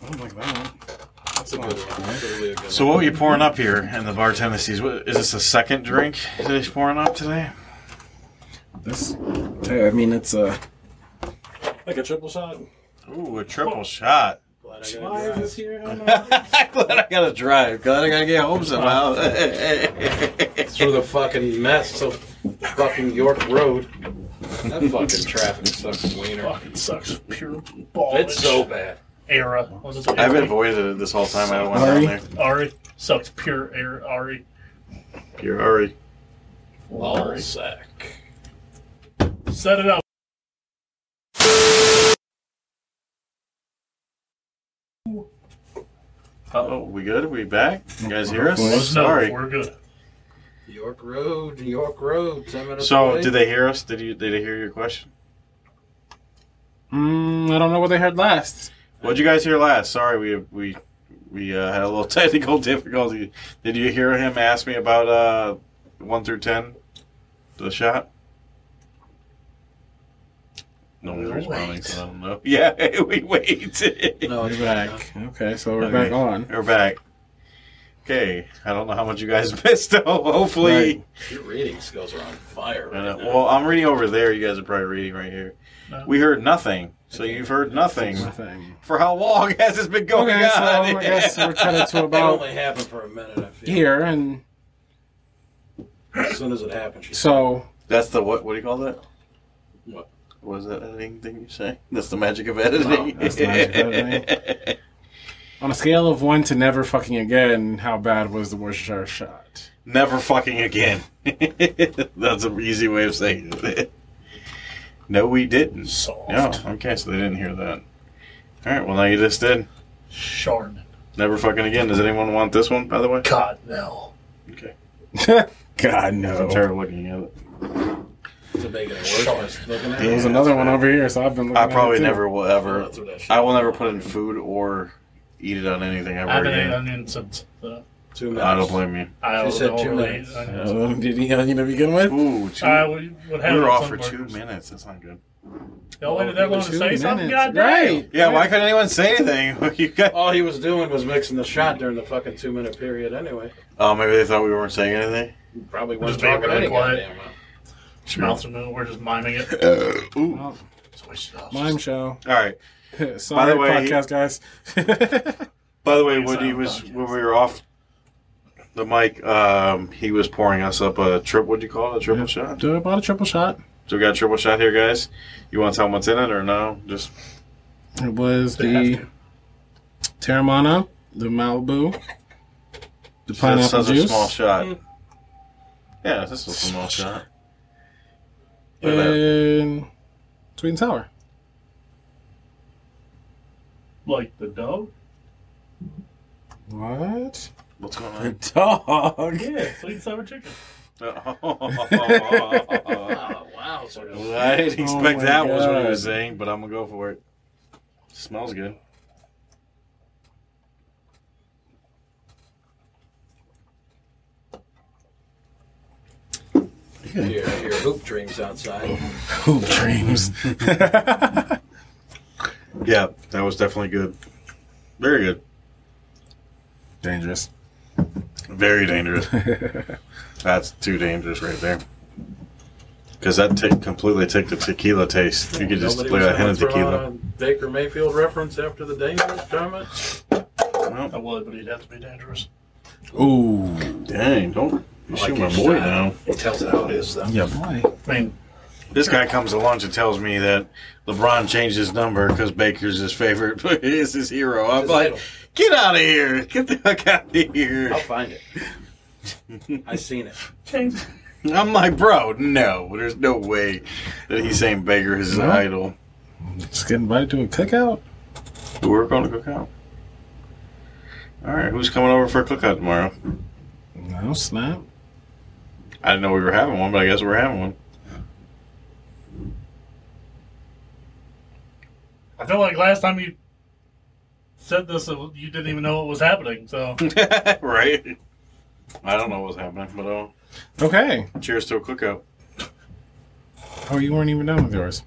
I don't like that. that's a good one. Absolutely a good so one. what are you pouring up here in the bar Tennessee's? What, is this the second drink that he's pouring up today? one. This, I mean, it's uh, a. Like a triple shot. Ooh, a triple shot. Glad I got a drive. here? Oh, Glad I gotta drive. Glad I gotta get home somehow. through the fucking mess of fucking York Road. That fucking traffic sucks, wiener. Fucking sucks. Pure ball. It's so bad. era. What is it? I've avoided it this whole time. I went down Ari? there. Ari sucks pure air. Ari. You're Ari. Ball sack. Set it up. Oh, we good? We back? You guys hear us? Well, No, Sorry. we're good. York Road, York Road, ten minutes So, away. did they hear us? Did you? Did they hear your question? Mm, I don't know what they heard last. What'd you guys hear last? Sorry, we we we uh, had a little technical difficulty. Did you hear him ask me about uh, one through ten, the shot? No one's We'll responding, wait. so I don't know. Yeah, we wait. No, it's We're back. Okay, so we're Okay. back on. We're back. Okay, I don't know how much you guys missed. Though. Hopefully, Your reading skills are on fire. I Right know. now. uh, well, I'm reading over there. You guys are probably reading right here. No. We heard nothing, so you've heard nothing. Nothing. For how long has this been going Okay, on? so I guess we're headed to it about only happened for a minute. I feel. here, and As soon as it happened, she's so That's the what? What do you call that? What? What was that editing thing you say? That's the magic of editing. that's the magic of editing. on a scale of one to never fucking again, how bad was the Worcestershire shot? Never fucking again. that's an easy way of saying it. No, we didn't. Soft. No. Okay, so they didn't hear that. All right. Well, now you just did. Sharn. Never fucking again. Does anyone want this one? By the way. God no. Okay. God I'm no. tired of looking at it. to make it worse. Sure. Just looking at There was it. another one over here, so I've been. Looking I at it, probably too. never will ever. Through that shit. I will never put in food or eat it on anything I ever haven't ate again. onions since the Two minutes. I don't blame you. I said don't two really minutes. eat onions. Uh, did he onion to begin with? Ooh, two, I would, would have we were it off for somewhere. two minutes. That's not good. Y'all waited that long to Two say something? minutes. God Right. Yeah, why couldn't anyone say anything? you got... All he was doing was mixing the shot during the fucking two minute period anyway. Oh, maybe they thought we weren't saying anything. Probably Just wasn't being talking really any quiet. goddamn amount. Mouths are moving. We're just miming it. Uh, Ooh. All Well, Switch it off. Oh, mime show. right. Sorry, way- podcast guys. By the way, when uh, he was Sound when we were off the mic, um, he was pouring us up a trip. What'd you call it? A triple shot. Do I bought a triple shot? So we got a triple shot here, guys. You want to tell him what's in it or no? Just It was They have the Terramana, the Malibu, the that's pineapple such a juice, small shot. Yeah, this is a small shot. Uh, Look at that. and sweet and sour. Like the dog? What? What's going The on? dog. Yeah, sweet and sour chicken. Oh, wow. So Well, I didn't Oh expect my that was what he God. was saying, but I'm gonna go for it. Smells good. your, your hoop dreams outside. Who dreams? Yeah, that was definitely good. Very good. Dangerous. Very dangerous. That's too dangerous right there. Because that t- completely took the tequila taste. You could just Nobody look was at a hint of gonna throw tequila. out a Baker Mayfield reference after the dangerous comment. I would, but he'd have to be dangerous. Ooh. Dang, don't you shoot my boy now. It tells it how it is, though. Yeah, boy. I mean, This guy comes to lunch and tells me that LeBron changed his number because Baker's his favorite. He's his hero. I'm His like, idol. get out of here. Get the heck out of here. I'll find it. I seen it. Change. I'm like, bro, no. There's no way that he's saying Baker is his No. idol. Just get invited to a cookout. We We're going to cookout. All right, who's coming over for a cookout tomorrow? No snap. I didn't know we were having one, but I guess we're having one. I feel like last time you said this, it- you didn't even know what was happening. So right? I don't know what's happening, but uh, Okay. cheers to a cookout. Oh, you weren't even done with yours.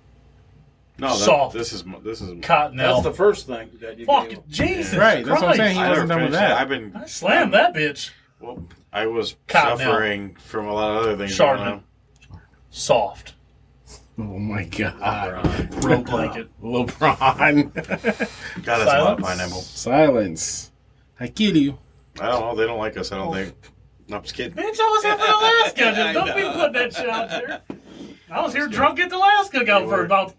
No, that, Soft. this is m- this is. Cottonelle. That's the first thing that you Fuck gave. Jesus Right, that's what I'm Christ. saying. He I wasn't never done with finished it. that. I've been. I slammed that bitch. Well, I was Cotton suffering from a lot of other things. Chardonnay. going on. Soft. Oh my god. LeBron. Rope blanket. LeBron. God, that's a lot Silence. of pineapple. Silence. I kill you. I don't know. They don't like us. I don't think. No, I'm just kidding. Bitch, I was up in Alaska. I Just don't be know. putting that shit out there. I was here drunk at the last cookout for about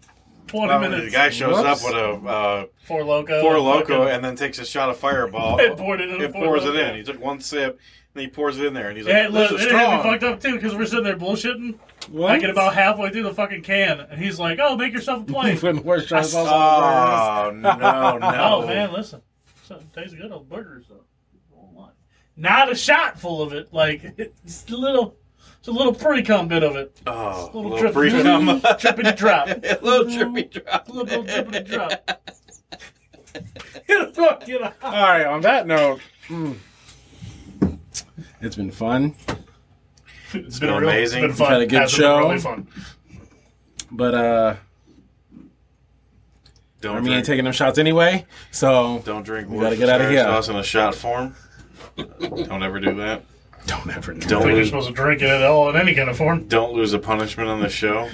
20 Well, Um, the minutes. guy shows Whoops. up with a uh, Four Loco. Oh, four loco fucking- and then takes a shot of fireball. It poured it in the It Four pours it Loko. in. He took one sip and he pours it in there and he's like, Yeah, look, "This it is had me strong." fucked up too because we're sitting there bullshitting. What? I get about halfway through the fucking can, and he's like, "Oh, make yourself a plate." Putting horse shots all over Oh no, no! oh man, listen, something tastes good on burgers though. Don't lie. Not a shot full of it, like it's a little, it's a little pre cum bit of it, Oh, a little, little, little drip, pre-cum. drippity drop, a A little trippy drop. little drippity drop. Get up, get up. All right. On that note, mm, it's been fun, It's been real- amazing. It's been fun. Had a good Hasn't been show. Really fun. but uh, Don't Army ain't drink. taking them shots anyway. So Don't drink. We gotta get outta Worcestershire here. Sauce in a shot form. Don't ever do that. don't ever do Don't I think you're lose. supposed to drink it at all in any kind of form. Don't lose a punishment on the show.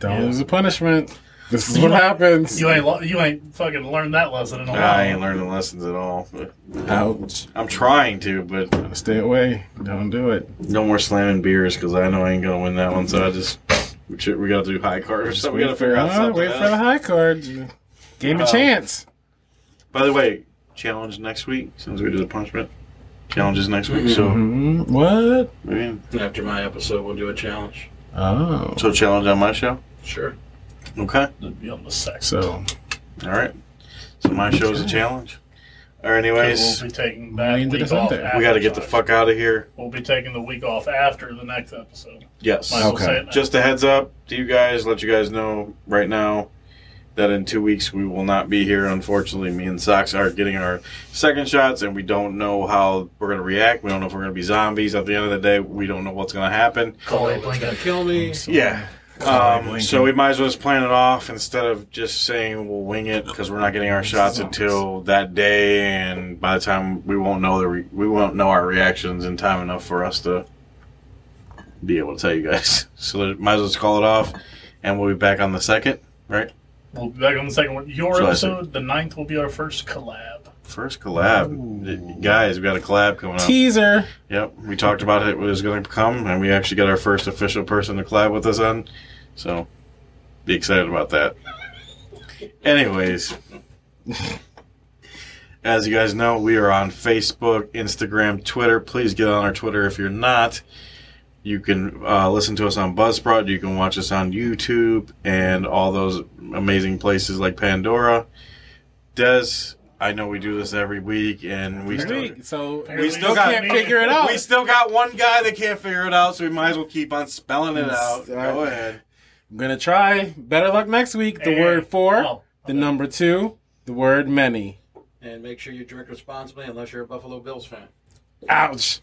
Don't lose a punishment. This is what happens. You ain't, lo- you ain't fucking learned that lesson in a while. I ain't learning lessons at all. Ouch. I'm trying to, but Stay away. Don't do it. no more slamming beers because I know I ain't gonna win that one. So I just we, should, we gotta do high card or something. We gotta figure out Ah, something. Wait for the else. high card. Game a Um, chance. By the way, challenge next week since we did the punishment. Challenges next week. Mhm. What? So I mean, After my episode, we'll do a challenge. Oh. so challenge on my show. Sure. Okay. It'd be on the sex. So All right. So my show's a challenge. Or anyways, We'll be taking that Millions of week us out off. there. After we got to get the time. fuck out of here. We'll be taking the week off after the next episode. Yes. Might as well Okay. say it now. Just a heads up to you guys. Let you guys know right now that in two weeks we will not be here. Unfortunately, me and Sox are getting our second shots, and we don't know how we're going to react. We don't know if we're going to be zombies at the end of the day. We don't know what's going to happen. call it It's gonna blanket. kill me. Yeah. Sorry, Um, blinking. so we might as well just plan it off instead of just saying we'll wing it because we're not getting our shots until that day, and by the time we won't know the re- we won't know our reactions in time enough for us to be able to tell you guys. So might as well just call it off, and we'll be back on the second, right? We'll be back on the second one. Your So I see. episode, the ninth, will be our first collab. First collab, guys. We got a collab coming up. teaser. Yep, we talked about it. It was going to come, and we actually got our first official person to collab with us on. So, be excited about that. Anyways, as you guys know, we are on Facebook, Instagram, Twitter. Please get on our Twitter if you're not. You can uh, listen to us on Buzzsprout. You can watch us on YouTube and all those amazing places like Pandora. Des, I know we do this every week, and we still. Week, So We we still still got- can't figure it out. We still got one guy that can't figure it out, so we might as well keep on spelling it out. Go ahead. I'm gonna try. Better luck next week. The And- word four. oh, the okay. number two. The word many. And make sure you drink responsibly unless you're a Buffalo Bills fan. Ouch.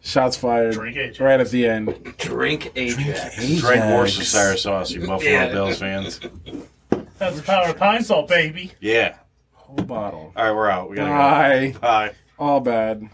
Shots fired. Drink Ajax. Right at the end. Drink Ajax. Drink Ajax. Worcestershire sauce, you Buffalo Yeah. Bills fans. That's the power of pine salt, baby. Yeah. Whole bottle. All right, we're out. We gotta Bye. go. Bye. All bad.